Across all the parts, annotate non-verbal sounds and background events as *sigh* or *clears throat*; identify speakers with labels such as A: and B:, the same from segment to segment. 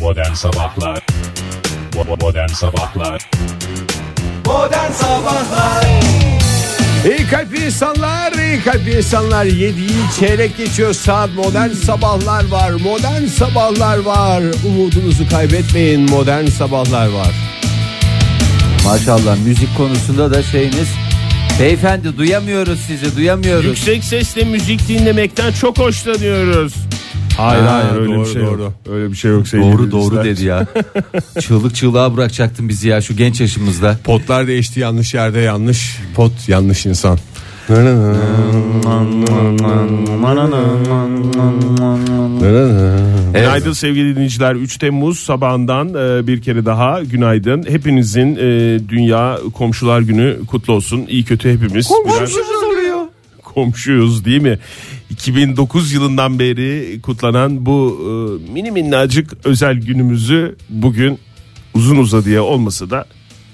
A: Modern Sabahlar Bo- Modern Sabahlar
B: Modern Sabahlar
C: İyi kalpli insanlar, iyi kalpli insanlar. 7'yi çeyrek geçiyor saat. Modern sabahlar var, modern sabahlar var. Umudunuzu kaybetmeyin, modern sabahlar var.
D: Maşallah müzik konusunda da şeyiniz Beyefendi duyamıyoruz sizi duyamıyoruz
E: Yüksek sesle müzik dinlemekten çok hoşlanıyoruz.
C: Hayır
D: Ha, hayır, öyle
C: doğru,
D: bir şey
C: doğru. Öyle bir şey yok
D: Doğru doğru
C: *laughs*
D: dedi ya Çığlık çığlığa bırakacaktın bizi ya şu genç yaşımızda
C: Potlar değişti yanlış yerde yanlış. Pot yanlış insan.
E: Günaydın sevgili dinleyiciler. 3 Temmuz sabahından e, bir kere daha günaydın. Hepinizin e, Dünya Komşular Günü kutlu olsun. İyi kötü hepimiz. Komşuyuz Komşuyuz değil mi? 2009 yılından beri kutlanan bu e, mini minnacık özel günümüzü bugün uzun uzadıya olmasa da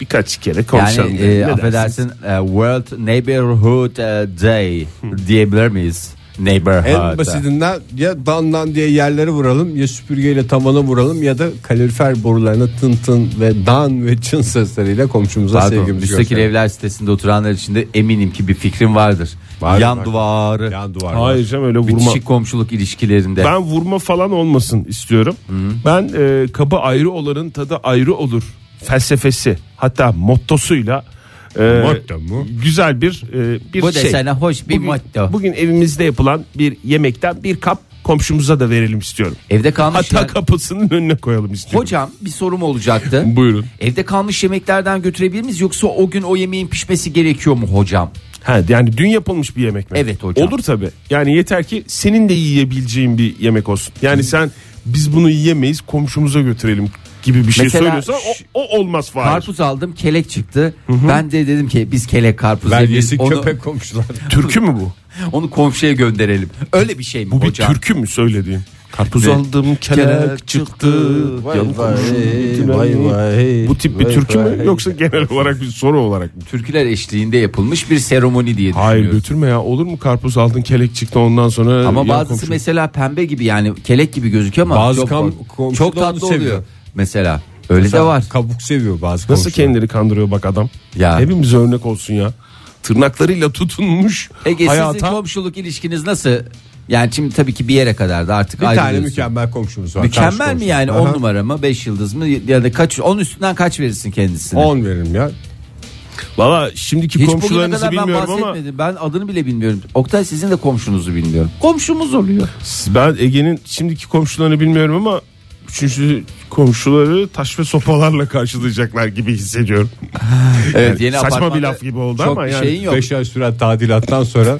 E: birkaç kere konuşalım.
D: Yani
E: dedim. Ne
D: e,
E: dersiniz?
D: affedersin e, World Neighborhood e, Day diyebilir miyiz?
C: En
D: Neighborhood.
C: basitinden ya dandan diye yerlere vuralım ya süpürgeyle tavana vuralım ya da kalorifer borularına tın tın ve dan ve çın sesleriyle komşumuza
D: Pardon,
C: sevgimizi
D: müstakil
C: gösterelim.
D: evler sitesinde oturanlar için de eminim ki bir fikrin vardır.
C: Vardır,
D: Yan
C: vardır.
D: duvarı,
C: Yan duvar.
E: Hayır canım öyle vurma.
D: bitişik komşuluk ilişkilerinde.
E: Ben vurma falan olmasın istiyorum. Ben e, kabı ayrı olanın tadı ayrı olur felsefesi hatta mottosuyla e,
C: Motto mu?
E: güzel bir e, bir
D: Bu
E: şey.
D: desene hoş bir
E: bugün,
D: motto.
E: Bugün evimizde yapılan bir yemekten bir kap komşumuza da verelim istiyorum.
D: Evde kalmış
E: Hatta
D: yer-
E: kapısının önüne koyalım istiyorum.
D: Hocam bir sorum olacaktı.
E: Buyurun.
D: Evde kalmış yemeklerden götürebilir miyiz yoksa o gün o yemeğin pişmesi gerekiyor mu hocam?
E: Ha, yani dün yapılmış bir yemek mi?
D: Evet hocam.
E: Olur tabi. Yani yeter ki senin de yiyebileceğin bir yemek olsun. Yani sen biz bunu yiyemeyiz komşumuza götürelim gibi bir şey
D: Mesela
E: söylüyorsan o,
D: ş-
E: o olmaz Fahir.
D: Karpuz aldım kelek çıktı. Ben de dedim ki biz kelek karpuz
C: Ben
D: yemeyiz.
C: yesin
D: Onu,
C: köpek komşular.
E: Türkü mü bu?
D: onu komşuya gönderelim. Öyle bir şey mi
E: Bu bir
D: hocam?
E: türkü mü söylediğin? Karpuz
D: Ne?
E: aldım kelek
D: Kelek
E: çıktı. Yan komşu bütün anneyi- Bu tip bir türkü mü yoksa genel olarak bir soru olarak mı?
D: Türküler eşliğinde yapılmış bir seremoni diye
E: Hayır
D: düşünüyorum.
E: götürme ya olur mu karpuz aldın kelek çıktı ondan sonra
D: Ama
E: yan
D: bazısı
E: komşu-
D: mesela pembe gibi yani kelek gibi gözüküyor ama
C: Bazı
D: çok,
C: kam- komşu
D: çok
C: da onu
D: tatlı
C: seviyor.
D: oluyor. Mesela öyle de var.
C: Kabuk seviyor bazı
E: Nasıl
C: komşular.
E: kendini kandırıyor bak adam.
D: Ya.
E: Hepimize örnek olsun ya. Tırnaklarıyla tutunmuş
D: Ege sizin
E: hayata.
D: komşuluk ilişkiniz nasıl? Yani şimdi tabii ki bir yere kadar da artık
C: Bir tane
D: ayrılıyorsun.
C: mükemmel komşumuz var. karşı
D: Mükemmel mi
C: komşumuz.
D: yani
C: Aha.
D: 10 numara mı 5 yıldız mı ya da kaç 10 üstünden kaç verirsin kendisine?
C: 10 veririm ya.
E: Valla şimdiki
D: Hiç bugüne
E: komşularınızı
D: kadar ben
E: bilmiyorum ama
D: bahsetmedim. Ben adını bile bilmiyorum. Oktay sizin de komşunuzu bilmiyorum. Komşumuz oluyor.
E: ben Ege'nin şimdiki komşularını bilmiyorum ama üçüncü komşuları taş ve sopalarla karşılayacaklar gibi hissediyorum.
D: Evet yeni
E: saçma
D: apartmanda
E: bir laf gibi oldu
D: çok
E: ama
D: bir
E: yani
D: şeyin yok.
C: 5 ay süren tadilattan sonra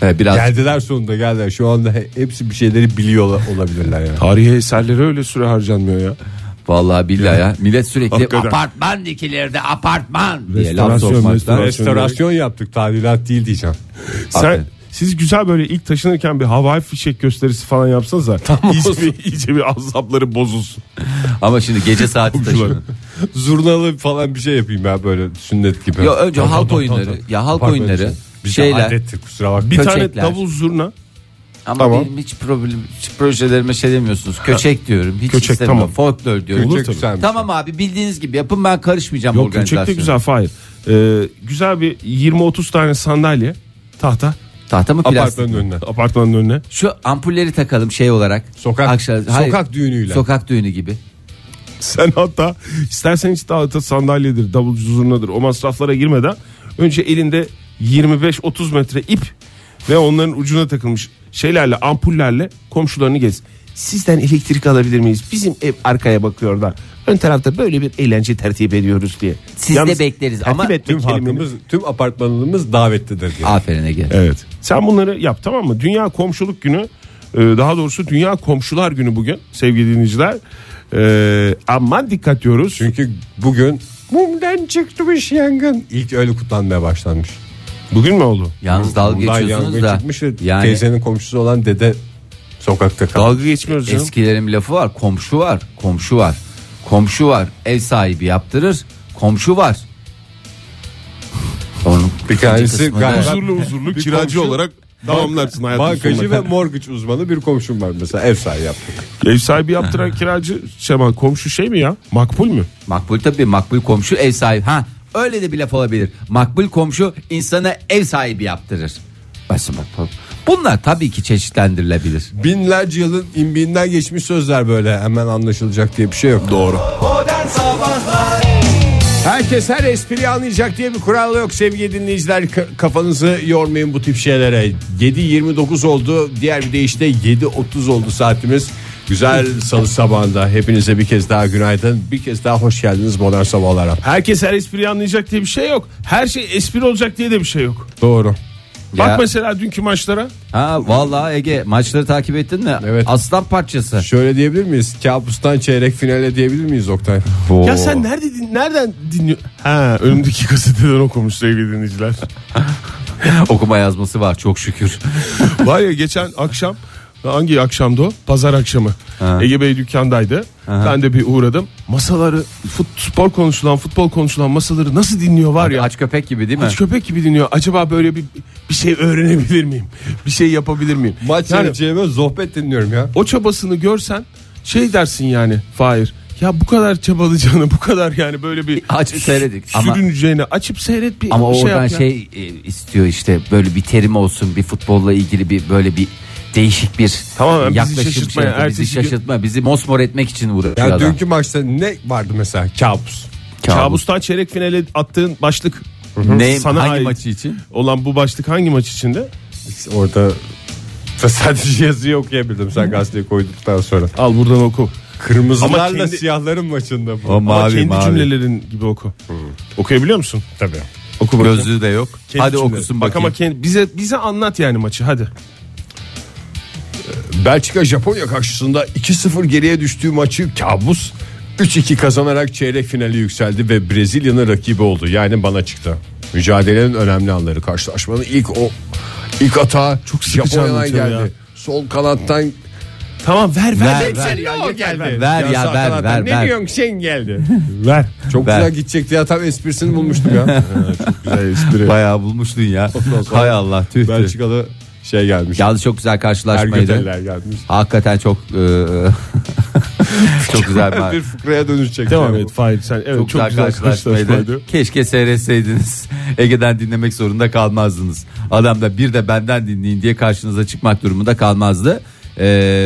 D: He, biraz
C: geldiler sonunda geldiler. Şu anda he- hepsi bir şeyleri biliyor ola- olabilirler
E: *laughs*
C: yani.
E: Tarihi eserlere öyle süre harcanmıyor ya.
D: vallahi billahi ya. Millet sürekli
E: Hakikaten.
D: apartman dikilerde apartman diye laf
E: Restorasyon,
D: sokmaktan.
E: restorasyon.
C: Restorasyon yaptık tadilat değil diyeceğim.
E: Sen
D: Aferin.
E: siz güzel böyle ilk taşınırken bir havai fişek gösterisi falan yapsanız da iyice, bir, iyice bir azapları bozulsun.
D: Ama şimdi gece saati
E: Komşular.
D: taşının.
C: Zurnalı falan bir şey yapayım ya böyle sünnet gibi.
D: Ya önce
C: Tamam,
D: halk
C: tamam,
D: oyunları.
C: tamam.
D: Ya halk
C: Apartman
D: oyunları,
C: için. Biz de
D: şeyler.
C: adettir, kusura bakma.
E: Bir tane
D: Köçekler.
E: davul zurna.
D: Ama
E: Tamam.
D: benim hiç problem hiç projelerime şey demiyorsunuz. Köçek diyorum. Hiç
E: Köçek,
D: istemiyorum.
E: tamam.
D: Folklor diyorum.
C: Köçek Olur tabii. güzelmiş.
D: Tamam abi bildiğiniz gibi yapın ben karışmayacağım
E: Yok
D: organizasyona.
E: köçek de güzel Fahir. Ee, güzel bir 20-30 tane sandalye tahta
D: Tahta mı plastik?
C: Apartmanın önüne.
E: apartmanın önüne.
D: Şu ampulleri takalım şey olarak.
C: Sokak-
D: hayır,
C: sokak düğünüyle.
D: Sokak düğünü gibi.
E: Sen hatta istersen hiç daha da sandalyedir, davul zurnadır o masraflara girmeden önce elinde 25-30 metre ip ve onların ucuna takılmış şeylerle ampullerle komşularını gez. Sizden elektrik alabilir miyiz? Bizim ev arkaya bakıyor da ön tarafta böyle bir eğlence tertip ediyoruz diye.
D: Siz de bekleriz
E: tertip
D: ama-
E: etmek
C: Tüm
E: kelimenin-
C: halkımız, tüm apartmanımız davetlidir. diye.
D: Aferin Ege.
E: Evet. Sen bunları yap tamam mı? Dünya Komşuluk Günü e, daha doğrusu Dünya Komşular Günü bugün sevgili dinleyiciler. E, aman dikkat diyoruz.
C: Çünkü bugün mumdan çıkmış yangın. İlk öyle kutlanmaya başlanmış.
E: Bugün mü oldu?
D: Yalnız dalga
C: Bundan
D: geçiyorsunuz
C: yangın
D: da.
C: çıkmış ve
D: Yani
C: teyzenin komşusu olan dede sokakta kaldı.
E: Dalga geçmiyoruz canım.
D: eskilerin lafı var. Komşu var. Komşu var. Komşu var. Ev sahibi yaptırır. Komşu var. *laughs* Onun
C: Bir tanesi
D: kısmı da-
C: galiba
E: Huzurlu huzurlu
C: Bir
E: *laughs* kiracı
C: komşu-
E: olarak Tamamlarsın hayatın
C: Bankacı
E: sonuna
C: ve
E: kadar.
C: mortgage uzmanı bir komşum var mesela ev sahibi yaptık.
E: Ev sahibi yaptıran kiracı Şema komşu şey mi ya? Makbul mü?
D: Makbul tabii makbul komşu ev sahibi. Ha öyle de bir laf olabilir. Makbul komşu insana ev sahibi yaptırır. Basın bak- Bunlar tabii ki çeşitlendirilebilir.
C: Binlerce yılın imbiğinden geçmiş sözler böyle hemen anlaşılacak diye bir şey yok. Doğru.
F: Modern Sabahlar
C: Herkes her espriyi anlayacak diye bir kural yok sevgili dinleyiciler. K- Kafanızı yormayın bu tip şeylere. 7.29 oldu. Diğer bir deyişle 7.30 oldu saatimiz. Güzel salı sabahında hepinize bir kez daha günaydın. Bir kez daha hoş geldiniz modern sabahlara.
E: Herkes her espriyi anlayacak diye bir şey yok. Her şey espri olacak diye de bir şey yok.
C: Doğru.
D: Ya-
E: Bak mesela dünkü maçlara.
D: Ha vallahi Ege maçları takip ettin mi?
C: Evet.
D: Aslan parçası.
C: Şöyle diyebilir miyiz? Kabustan çeyrek finale diyebilir miyiz Oktay?
E: Ya sen nerede din- nereden dinliyor? Ha önümdeki gazeteden okumuş sevgili *laughs* dinleyiciler.
D: okuma yazması var
C: *laughs*
D: çok şükür.
E: Var ya geçen akşam hangi akşamdı o? Pazar akşamı. Ege Bey dükkandaydı. Ben de bir uğradım. Masaları fut, spor konuşulan futbol konuşulan masaları nasıl dinliyor var ya.
D: Aç köpek gibi değil mi?
E: Aç köpek gibi dinliyor. Acaba böyle bir bir şey öğrenebilir miyim? Bir şey yapabilir miyim?
C: Maç
E: Yani-
C: seyredeceğime sohbet dinliyorum ya.
E: o çabasını görsen şey dersin yani Fahir. Ya bu kadar çabalayacağını bu kadar yani böyle bir
D: Aç, seyredik. Ama-
E: Sürüneceğini açıp seyret bir
D: Ama
E: bir şey
D: oradan
E: yap ya.
D: şey e, istiyor işte böyle bir terim olsun bir futbolla ilgili bir böyle bir değişik bir
E: Tamamen bizi
D: yaklaşım
E: şaşırtmaya,
D: şey, bizi
E: ertesi gün-
D: şaşırtma bizi mosmor etmek için uğraşıyor
C: Ya
D: adam.
C: dünkü maçta ne vardı mesela? Kabus.
D: kabus.
E: Kabustan çeyrek finale attığın başlık
D: Ne,
E: Sana
D: hangi
E: ait.
D: maçı için?
E: olan bu başlık hangi maç içinde?
C: Orada sadece yazıyı okuyabildim sen gazeteyi koyduktan sonra.
E: Al buradan oku.
C: Kırmızılarla
E: Ama kendi-
C: siyahların maçında bu.
D: O
E: Ama
D: mavi
E: kendi
D: mavi.
E: cümlelerin gibi oku. Okuyabiliyor musun?
C: Tabii.
E: Oku bakayım.
D: Gözlüğü de yok.
E: Kendi
D: Hadi
E: cümleleri.
D: okusun
E: Bak
D: bakayım.
E: ama kendi, bize bize anlat yani maçı hadi.
C: Belçika Japonya karşısında 2-0 geriye düştüğü maçı kabus 3-2 kazanarak çeyrek finali yükseldi ve Brezilya'nın rakibi oldu. Yani bana çıktı. Mücadelenin önemli anları karşılaşmanın ilk o ilk ata çok
E: sıkıcı
C: Japonya'dan
E: anlatıyor
C: geldi.
E: ya.
C: Sol kanattan
E: Tamam ver ver.
D: Ver, ver,
C: ya, geldi.
D: Ver ya,
C: sağ
D: ver,
C: kanattan,
D: ver,
C: Ne
D: ver.
C: diyorsun sen geldi.
E: ver.
C: Çok
D: Ver.
C: güzel gidecekti ya tam esprisini bulmuştum
D: *laughs*
C: ya.
E: Güzel espri.
D: Bayağı bulmuştun ya.
C: sonra
D: Hay Allah tüh tüh.
C: Belçikalı şey gelmiş.
D: Yalnız çok güzel karşılaşmaydı.
C: Ergöteller gelmiş.
D: Hakikaten çok e, *laughs*
E: *laughs*
D: çok güzel bir, çok
C: Bir fıkraya dönüşecek. Şey
E: Devam
C: Yani
E: et Fahir sen. Evet, çok,
D: güzel karşılaşmaydı. Keşke seyretseydiniz. *laughs* Ege'den dinlemek zorunda kalmazdınız. Adam da bir de benden dinleyin diye karşınıza çıkmak durumunda kalmazdı. E,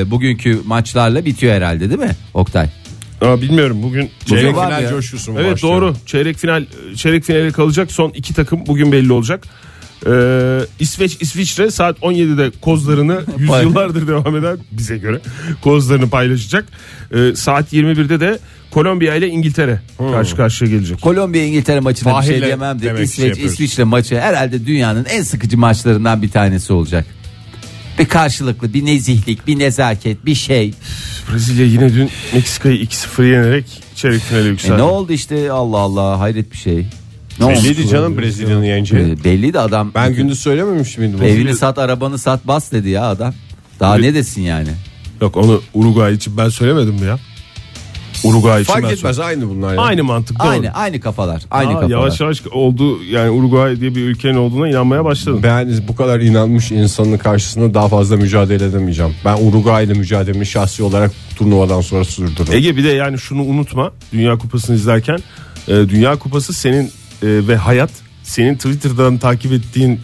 D: bugünkü maçlarla bitiyor herhalde değil mi Oktay?
E: Ama bilmiyorum bugün
C: Çeyrek
D: var
C: Şey, final
D: ya.
C: coşkusu mu
E: Evet
C: başlıyor?
E: doğru. Çeyrek final çeyrek finale kalacak son iki takım bugün belli olacak. Ee, İsveç İsviçre saat 17'de kozlarını *laughs* yüzyıllardır devam eden bize göre kozlarını paylaşacak. Ee, saat 21'de de Kolombiya ile İngiltere karşı karşıya gelecek.
D: Kolombiya İngiltere maçına bir
C: Fahir'le
D: şey diyemem de
C: demek ki şey
D: İsveç
C: yapıyoruz.
D: İsviçre maçı herhalde dünyanın en sıkıcı maçlarından bir tanesi olacak. Bir karşılıklı bir nezihlik bir nezaket bir şey.
E: Brezilya yine dün Meksika'yı 2-0 yenerek çeyrek finale
D: E
E: yükseldi.
D: ne oldu işte Allah Allah hayret bir şey. Ne olmuş?
C: Belliydi canım Brezilya'nın
E: Ee,
C: yeneceği.
D: E, Belli de adam.
C: Ben gündüz söylememiş miydim?
D: Evini sat arabanı sat bas dedi ya adam. Daha ne desin yani?
E: Yok onu Uruguay için ben söylemedim mi ya? Uruguay için ben
C: Fark
E: söyledim.
C: etmez aynı bunlar ya.
E: Aynı mantıkta
D: Aynı aynı kafalar. Aynı kafalar.
E: yavaş yavaş oldu yani Uruguay diye bir ülkenin olduğuna inanmaya başladım.
C: Ben bu kadar inanmış insanın karşısında daha fazla mücadele edemeyeceğim. Ben Uruguay'la mücadelemi şahsi olarak turnuvadan sonra sürdürürüm.
E: Ege bir de yani şunu unutma Dünya Kupası'nı izlerken e, Dünya Kupası senin e, ve hayat senin Twitter'dan takip ettiğin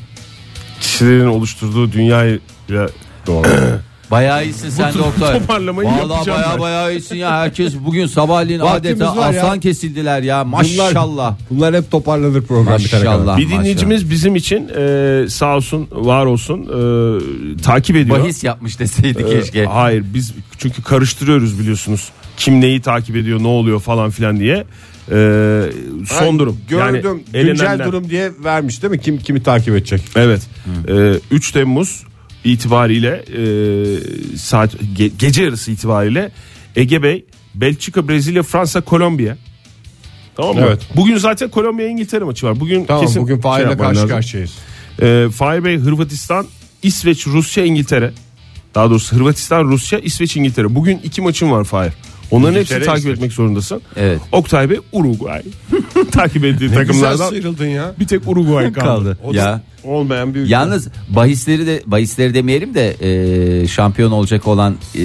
E: kişilerin oluşturduğu dünyayı
C: Doğru.
D: Bayağı iyisin sen doktor.
E: toparlamayı
D: Vallahi
E: yapacağım
D: bayağı
E: ben.
D: bayağı iyisin ya. Herkes bugün sabahleyin
C: Vaktimiz
D: adeta
C: var ya.
D: aslan kesildiler ya. Maşallah.
C: Bunlar hep toparlanır program bitene kadar.
D: Maşallah.
E: bir dinleyicimiz bizim için e, sağ olsun var olsun e, takip ediyor.
D: bahis yapmış deseydi
E: E,
D: keşke.
E: Hayır biz çünkü karıştırıyoruz biliyorsunuz. Kim neyi takip ediyor ne oluyor falan filan diye. E, son
C: Ay,
E: durum.
C: Gördüm.
E: Yani
C: güncel
E: elenenler.
C: durum diye vermiş değil mi? Kim kimi takip edecek?
E: Evet. Ee, 3 Temmuz itibariyle e, saat ge- gece yarısı itibariyle Ege Bey Belçika, Brezilya, Fransa, Kolombiya. Tamam mı?
C: Evet.
E: Bugün zaten Kolombiya İngiltere maçı var. Bugün
C: Tamam
E: kesin
C: bugün
E: şey
C: Fahir'le
E: yapman
C: karşı
E: lazım.
C: karşıyayız.
E: Ee, Fahir Bey Hırvatistan, İsveç, Rusya, İngiltere. Daha doğrusu Hırvatistan, Rusya, İsveç, İngiltere. Bugün iki maçım var Fahir. Onların hepsini
C: İngiltere
E: takip
C: işte.
E: etmek zorundasın.
D: Evet.
E: Oktay Bey Uruguay. *laughs* takip ettiği
C: Takımlardan
E: takımlardan
C: sıyrıldın ya.
E: bir tek
D: *laughs*
E: Uruguay kaldı.
D: Kaldı.
C: O da
D: Ya.
C: olmayan bir ülke.
D: Yalnız bahisleri de bahisleri demeyelim de e, şampiyon olacak olan e,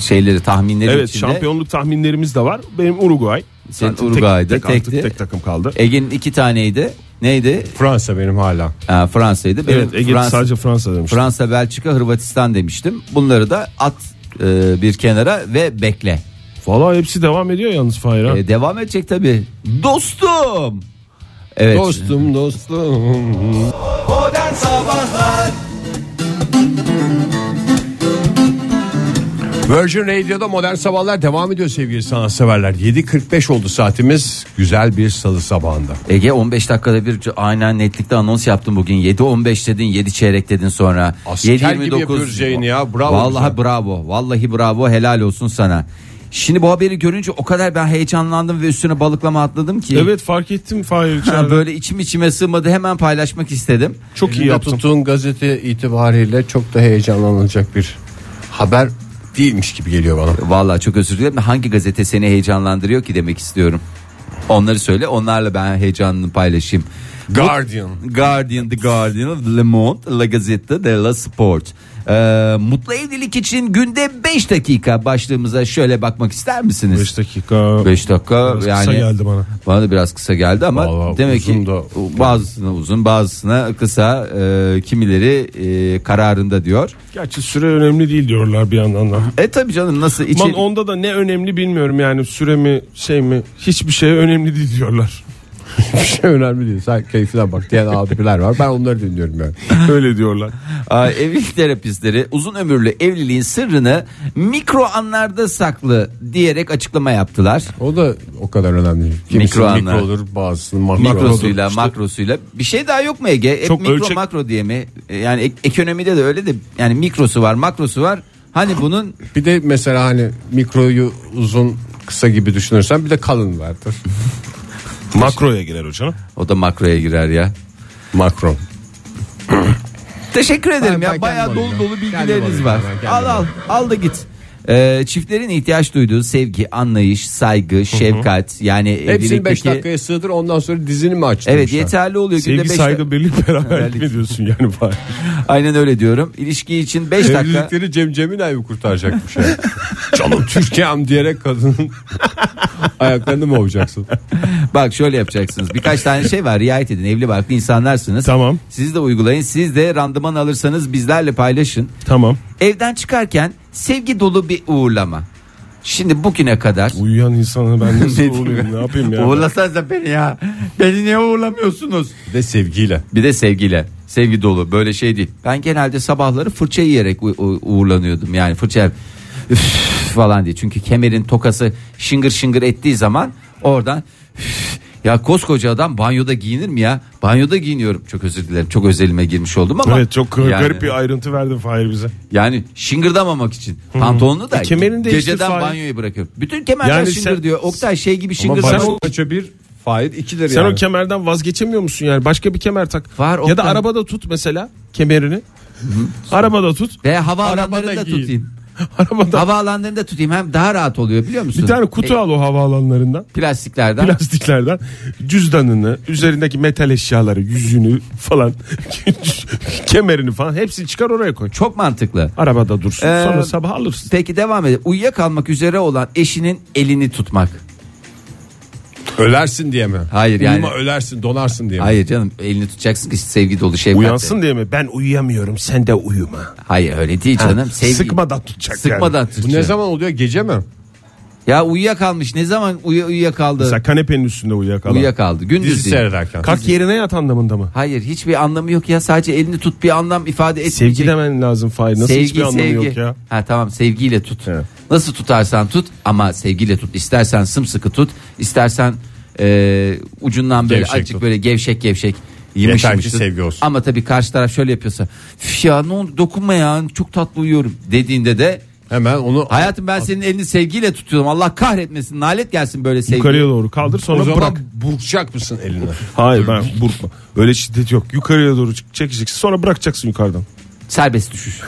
D: şeyleri tahminleri
E: Evet
D: içinde.
E: şampiyonluk tahminlerimiz de var. Benim Uruguay.
D: Senin
E: Zaten
D: Uruguay'da
E: tek, tek, artık
D: tekti.
E: tek takım kaldı.
D: Ege'nin iki taneydi. Neydi?
C: Fransa benim hala.
D: Ha, Fransa'ydı. Benim
E: Evet Ege
D: Fransa-
E: sadece Fransa demiş.
D: Fransa, Belçika, Hırvatistan demiştim. Bunları da at e, bir kenara ve bekle.
E: Valla hepsi devam ediyor yalnız Fahir. ha.
D: E, devam edecek tabii. Dostum. Evet.
C: Dostum dostum.
G: Modern Sabahlar
C: Virgin Radio'da modern sabahlar devam ediyor sevgili sanatseverler. 7.45 oldu saatimiz. Güzel bir salı sabahında.
D: Ege 15 dakikada bir aynen netlikte anons yaptın bugün. 7.15 dedin 7 çeyrek dedin sonra.
C: Asker gibi yapıyoruz yayını ya. Bravo
D: Vallahi
C: bize.
D: bravo. Vallahi bravo helal olsun sana. Şimdi bu haberi görünce o kadar ben heyecanlandım ve üstüne balıklama atladım ki.
E: Evet fark ettim Fahir. içeride.
D: Ha, Böyle içim içime sığmadı hemen paylaşmak istedim.
E: Çok iyi
C: Elinde
E: yaptın.
C: Tuttuğun gazete itibariyle çok da heyecanlanılacak bir haber değilmiş gibi geliyor bana.
D: Vallahi çok özür dilerim. de Hangi gazete seni heyecanlandırıyor ki demek istiyorum. Onları söyle onlarla ben heyecanını paylaşayım.
C: Guardian.
D: Guardian, The Guardian, Le Monde, La Gazzetta della Sport. Ee, mutlu evlilik için günde 5 dakika başlığımıza şöyle bakmak ister misiniz?
E: 5 dakika.
D: 5 dakika
E: Biraz
D: yani
E: kısa geldi bana.
D: Bana da biraz kısa geldi ama
C: Vallahi
D: demek
C: uzun
D: ki
C: da-
D: bazısına uzun, bazısına kısa, e, kimileri e, kararında diyor.
E: Gerçi süre önemli değil diyorlar bir yandan da.
D: E tabii canım nasıl
E: Aman
D: içi
E: onda da ne önemli bilmiyorum yani süre mi şey mi hiçbir şey önemli değil diyorlar.
C: *laughs*
E: *laughs*
C: Bir şey önemli değil. Sen keyfine bak *laughs* diyen abiler var. Ben onları dinliyorum yani.
E: Öyle diyorlar.
D: Aa, evlilik terapistleri uzun ömürlü evliliğin sırrını mikro anlarda saklı diyerek açıklama yaptılar.
C: O da o kadar önemli değil. Kimisi
D: Mikro
C: mikro,
D: anlar.
C: olur bazısının makro
D: Mikrosuyla,
C: olur. İşte
D: makrosuyla. Bir şey daha yok mu Ege? Hep
E: Çok
D: mikro
E: ölçek-
D: makro diye mi? E, Yani ek- ekonomide de öyle de yani mikrosu var, makrosu var. Hani bunun
C: Bir de mesela hani mikroyu uzun kısa gibi düşünürsen bir de kalın
E: *laughs*
C: vardır.
E: Makroya girer hocam.
D: o da makroya girer ya.
C: Makro.
D: Teşekkür ederim
C: Ben- ben
D: ya.
C: kendim
D: Bayağı dolu
C: alayım
D: dolu
C: ya. Kendim
D: bilgileriniz
C: alayım
D: var.
C: ya, ben kendim
D: Al al al da git. Ee, çiftlerin ihtiyaç duyduğu sevgi, anlayış, saygı, şefkat yani
C: Hepsini 5
D: evlilikteki
C: dakikaya sığdır ondan sonra dizini mi açtın?
D: Evet yeterli oluyor günde
E: Sevgi
D: beş
E: saygı birlik beraberlik
D: Beraberlik.
E: mi diyorsun yani Fahir?
D: Aynen öyle diyorum. İlişki için 5 dakika.
C: Evlilikleri Cem Cemilay mı kurtaracakmış
E: *laughs*
C: yani? Canım Türkiye'm diyerek kadının *laughs* ayaklarını mı olacaksın?
D: Bak şöyle yapacaksınız. Birkaç tane şey var. Riayet edin. Evli barklı insanlarsınız.
E: Tamam.
D: Siz de uygulayın. Siz de randıman alırsanız bizlerle paylaşın.
E: Tamam.
D: Evden çıkarken sevgi dolu bir uğurlama. Şimdi bugüne kadar
E: Uyuyan insanı
D: *laughs*
E: ben nasıl olayım ne yapayım ya?
D: Uğurlasanıza beni ya. Beni niye uğurlamıyorsunuz?
C: Bir de sevgiyle.
D: Bir de sevgiyle. Sevgi dolu. Böyle şey değil. Ben genelde sabahları fırça yiyerek u- u- uğurlanıyordum. Yani fırça üf falan diye. Çünkü kemerin tokası şıngır şıngır ettiği zaman oradan üf, ya koskoca adam banyoda giyinir mi ya? Banyoda giyiniyorum. Çok özür dilerim. Çok özelime girmiş oldum ama.
E: Evet çok
D: yani,
E: garip bir ayrıntı verdin Fahir bize.
D: Yani şıngırdamamak için. Pantolonunu da
E: E, kemerini değiştir
D: geceden
E: Fahir.
D: banyoya bırakıyorum. Bütün kemerler
E: Yani
D: şıngır
E: sen-
D: diyor. Oktay şey
C: Ama
D: gibi şıngır.
C: sen
E: zaman-
C: o kaça bir Fahir ikidir
E: Sen
C: yani.
E: o kemerden vazgeçemiyor musun yani? Başka bir kemer tak.
D: Var,
E: ya da
D: Oktay.
E: arabada tut mesela
D: *laughs*
E: kemerini. arabada tut.
D: Ve hava
E: Arabada
D: alanlarında
E: giyin.
D: tutayım.
E: *laughs* Arabada
D: Havaalanlarında tutayım hem daha rahat oluyor biliyor musun?
E: bir tane kutu
D: E,
E: al o havaalanlarından.
D: plastiklerden.
E: Plastiklerden cüzdanını, üzerindeki metal eşyaları, yüzünü falan, *laughs* kemerini falan hepsini çıkar oraya koy.
D: Çok mantıklı.
E: Arabada dursun.
D: Ee,
E: sonra sabah alırsın.
D: Peki devam edelim. Uyuyakalmak üzere olan eşinin elini tutmak.
C: Ölersin diye mi?
D: Hayır yani-
C: Uyuma ölersin donarsın diye mi?
D: Hayır canım elini tutacaksın ki sevgi dolu şefkatle.
E: Uyansın diye mi? Ben uyuyamıyorum sen de uyuma.
D: Hayır öyle değil canım. Sevgi,
E: Sıkmadan tutacak
D: Sıkmadan
E: yani.
C: Bu
D: tutacak.
C: ne zaman oluyor gece mi?
D: Ya uyuyakalmış ne zaman uyu, uyuyakaldı?
E: Mesela kanepenin üstünde uyuyakalan.
D: Uyuyakaldı. Gündüz
C: Dizi
D: değil.
C: seyrederken.
E: Kalk yerine yat anlamında mı?
D: Hayır hiçbir anlamı yok ya sadece elini tut bir anlam ifade etmeyecek.
E: Sevgi demen lazım Fahir. Nasıl hiçbir anlamı yok ya?
D: Ha tamam sevgiyle tut.
E: Evet.
D: Nasıl tutarsan tut ama sevgiyle tut. İstersen sımsıkı tut, istersen e, ucundan böyle
C: Gevşek
D: azıcık
C: tut.
D: böyle gevşek gevşek yımış
C: Yeter ki
D: yımış tut.
C: sevgi olsun.
D: Ama tabii karşı taraf şöyle yapıyorsa, "Üf ya ne oldu dokunma ya çok tatlı uyuyorum dediğinde de
C: Hemen onu
D: hayatım ben senin elini sevgiyle tutuyorum. Allah kahretmesin. Nalet gelsin böyle sevgi.
E: Yukarıya doğru kaldır
C: o
E: sonra
C: zaman
E: bırak.
C: burkacak mısın elini?
E: Hayır ben burkma. Öyle şiddet yok. Yukarıya doğru çekeceksin sonra bırakacaksın yukarıdan.
D: Serbest düşüş.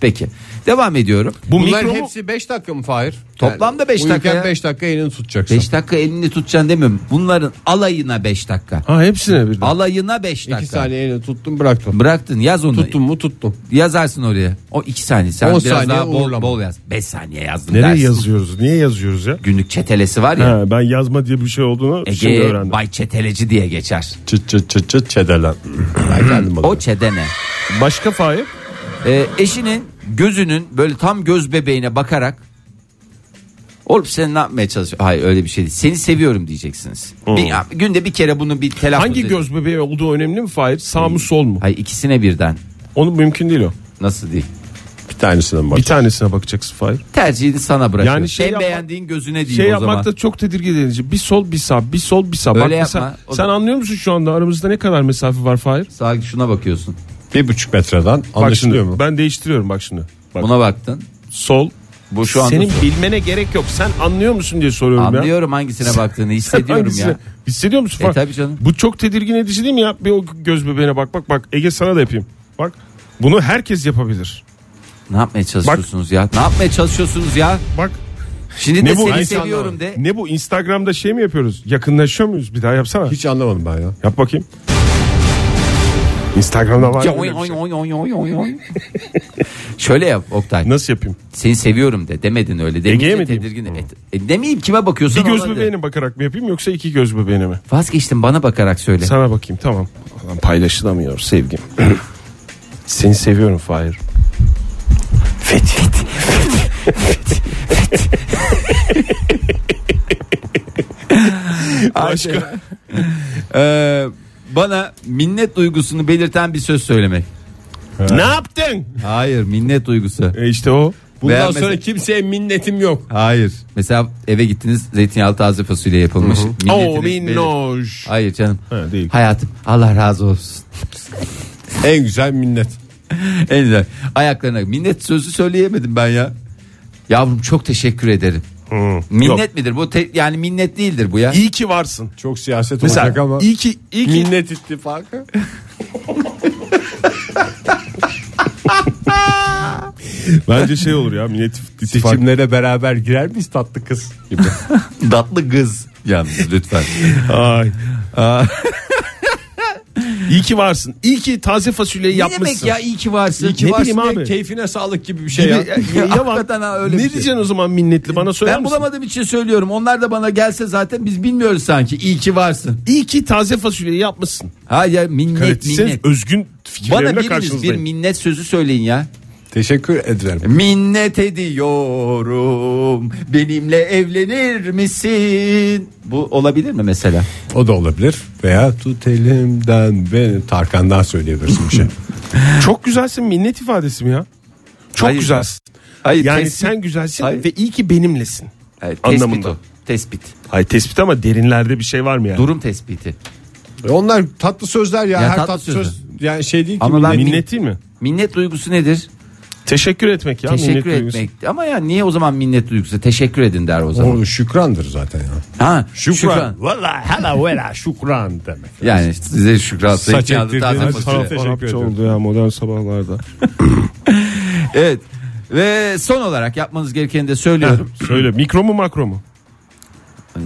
D: Peki. Devam ediyorum.
E: Bu
H: Bunların
E: mikro mu?
H: hepsi 5 dakika mı Fahir?
D: Toplamda beş dakika ya.
H: 5 dakika elini tutacaksın.
D: 5 dakika elini tutacaksın demiyorum. Bunların alayına 5 dakika.
E: Ha hepsine birden.
D: Alayına 5
H: 2
D: dakika.
H: saniye elini tuttun bıraktın.
D: Bıraktın yaz onu.
H: Tuttum mu tuttum.
D: Yazarsın oraya. O 2 saniye. Sen
H: On
D: biraz
H: saniye
D: daha bol,
H: uğurlama.
D: bol yaz. 5 saniye yazdım
E: Nereye
D: dersin.
E: yazıyoruz? Niye yazıyoruz ya?
D: Günlük çetelesi var ya.
E: Ha, ben yazma diye bir şey olduğunu şimdi
D: Ege
E: öğrendim.
D: Bay Çeteleci diye geçer.
E: Çıt çıt çıt çıt çedelen.
D: O çedene.
E: Başka Fahir?
D: Ee, eşinin gözünün böyle tam göz bebeğine bakarak Oğlum sen ne yapmaya çalışıyorsun? Hayır öyle bir şey değil. Seni seviyorum diyeceksiniz. Bir- ya, günde bir kere bunu bir telaffuz
E: Hmm. Hangi
D: edin.
E: göz bebeği olduğu önemli mi Fahir? Sağ mı sol mu?
D: Hayır ikisine birden.
E: Onu mümkün değil o.
D: Nasıl değil?
C: Bir tanesine mi
E: Bir
C: bak?
E: tanesine bakacaksın Fahir.
D: Tercihini sana bırakıyorum.
E: Yani şey
D: Sen
E: yapmak-
D: beğendiğin gözüne değil
E: Şey
D: o zaman.
E: yapmak da çok tedirgin edici. Bir sol bir sağ, bir sol bir sağ. Bak
D: Öyle
E: mesela-
D: yapma. O
E: sen
D: da-
E: anlıyor musun şu anda aramızda ne kadar mesafe var Fahir?
D: Sağ şuna bakıyorsun.
C: Bir buçuk metreden
E: Bak şimdi,
C: anlaşılıyor mu?
E: ben değiştiriyorum bak şimdi. Bak
D: Buna baktın.
E: sol.
D: Bu şu anda
E: Senin bilmene gerek yok. Sen anlıyor musun diye soruyorum ya.
D: anlıyorum hangisine baktığını hissediyorum
E: Hangisine?
D: ya.
E: Hissediyor musun?
D: E,
E: Fahir?
D: tabii canım.
E: Bu çok tedirgin edici değil mi ya? Bir o göz bebeğine bak bak bak. Ege sana da yapayım. Bak bunu herkes yapabilir.
D: Ne yapmaya çalışıyorsunuz ya? Ne yapmaya çalışıyorsunuz ya?
E: Bak
D: Şimdi de
E: Ne bu?
D: seni
E: Ay,
D: seviyorum de.
E: ne bu Instagram'da şey mi yapıyoruz? Yakınlaşıyor muyuz? Bir daha yapsana.
C: Hiç anlamadım ben ya.
E: Yap bakayım. Instagram'da var.
D: Ya,
E: mı
D: oy,
E: öyle bir
D: oy,
E: şey?
D: oy, oy, oy, oy, oy. *laughs* Şöyle yap Oktay.
E: Nasıl yapayım?
D: Seni seviyorum de demedin öyle. Demeyince
E: Ege'ye mi diyeyim?
D: tedirgin et. E, demeyeyim kime bakıyorsun?
E: Bir göz bebeğine bakarak mı yapayım yoksa iki göz bebeğine mi?
D: Vazgeçtim bana bakarak söyle.
E: Sana bakayım tamam. Ulan paylaşılamıyor sevgim. *clears throat* Seni seviyorum Fahir.
D: Başka. Ee, bana minnet duygusunu belirten bir söz söylemek.
E: Ne yaptın?
D: Hayır minnet duygusu.
E: E işte o.
H: Bundan
D: Veya
H: sonra
D: mesela-
H: kimseye minnetim yok.
D: Hayır. Mesela eve gittiniz zeytinyağlı taze fasulye yapılmış.
E: O
D: Minnetiniz belir-
E: minnoş.
D: Hayır canım.
E: Oh, Ha, değil.
D: Hayatım Allah razı olsun.
C: En güzel minnet.
D: *laughs* En güzel. Ayaklarına minnet sözü söyleyemedim ben ya. Yavrum çok teşekkür ederim. Minnet midir bu? Te- yani minnet değildir bu ya.
E: İyi ki varsın.
C: Çok siyaset olacak
E: Mesela
C: ama.
E: iyi ki iyi ki
C: Minnet ittifakı.
E: bence şey olur ya minnet ittifakı.
C: Seçimlere beraber girer miyiz tatlı kız gibi.
D: Datlı kız yalnız lütfen.
E: *laughs* Ay. iyi ki varsın. *laughs* İyi ki taze fasulyeyi
D: ne
E: yapmışsın.
D: demek ya iyi ki varsın.
E: İyi ki
D: Ne
E: varsın
D: bileyim
E: abi.
H: Keyfine sağlık gibi bir şey
E: Gibi-
H: ya.
E: Ya, ya
D: Hakikaten ha, öyle
E: ne
D: bir şey.
E: diyeceksin o zaman minnetli bana söyler
D: Ben
E: misin?
D: bulamadığım için söylüyorum. Onlar da bana gelse zaten biz bilmiyoruz sanki. İyi ki varsın.
E: İyi ki taze fasulyeyi yapmışsın.
D: Hayır minnet
E: Kalitesiz
D: minnet.
E: özgün
D: Bana
E: fikirlerimle
D: biriniz bir
E: karşınızdayım.
D: minnet sözü söyleyin ya.
C: Teşekkür ederim.
D: Minnet ediyorum. Benimle evlenir misin? Bu olabilir mi mesela?
C: O da olabilir. Veya tut elimden beni. Tarkan'dan söyleyebilirsin bir şey.
E: Çok güzelsin minnet ifadesi mi ya? Çok
D: Hayır.
E: güzelsin.
D: Hayır,
E: Yani
D: tespit-
E: sen güzelsin
D: Hayır.
E: ve iyi ki benimlesin.
D: Evet, tespit
E: anlamında.
D: o. Tespit.
E: Hayır tespit ama derinlerde bir şey var mı yani?
D: Durum tespiti.
C: E Onlar tatlı sözler ya.
D: Ya
C: Her
D: tatlı
C: tatlı,
D: sözler.
C: söz. Yani şey değil ki.
D: Ama ben
C: minnet.
E: Minnet değil mi?
D: Minnet duygusu nedir?
E: Teşekkür etmek ya. minnet
D: teşekkür
E: duygusu.
D: etmek. Ama ya niye o zaman minnet duygusu? Teşekkür edin der o zaman.
C: O şükrandır zaten ya.
D: ha, şükran.
C: Valla hala vela şükran demek.
D: Yani işte size şükran. zeytinyağlı taze
C: ettirdiğiniz
D: fasulye.
C: taraf- Teşekkür
E: Arapça
C: ediyorum.
E: oldu ya modern sabahlarda.
D: Evet. Ve son olarak yapmanız gerekeni de söylüyorum.
E: Söyle mikro mu makro mu?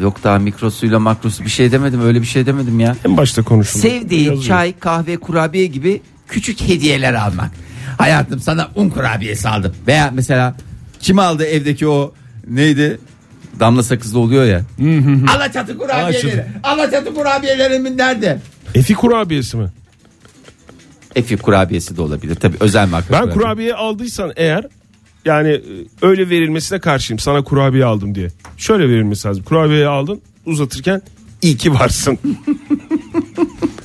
D: Yok daha mikrosuyla makrosu bir şey demedim. Öyle bir şey demedim ya.
E: En başta konuşuldu.
D: Sevdiği
E: Yazıyor.
D: çay, kahve, kurabiye gibi küçük hediyeler almak. Hayatım sana un kurabiyesi aldım. Veya mesela kim aldı evdeki o neydi? Damla sakızlı
E: *laughs*
D: oluyor ya. Alaçatı kurabiyeleri. Alaçatı kurabiyelerimin nerede?
E: Efi kurabiyesi mi?
D: Efi kurabiyesi de olabilir. Tabii özel marka.
E: Ben kurabiye aldıysan eğer yani e, öyle verilmesine karşıyım. Sana kurabiye aldım diye. Şöyle verilmesi lazım. Kurabiyeyi aldın uzatırken iyi
C: *laughs*
E: ki varsın.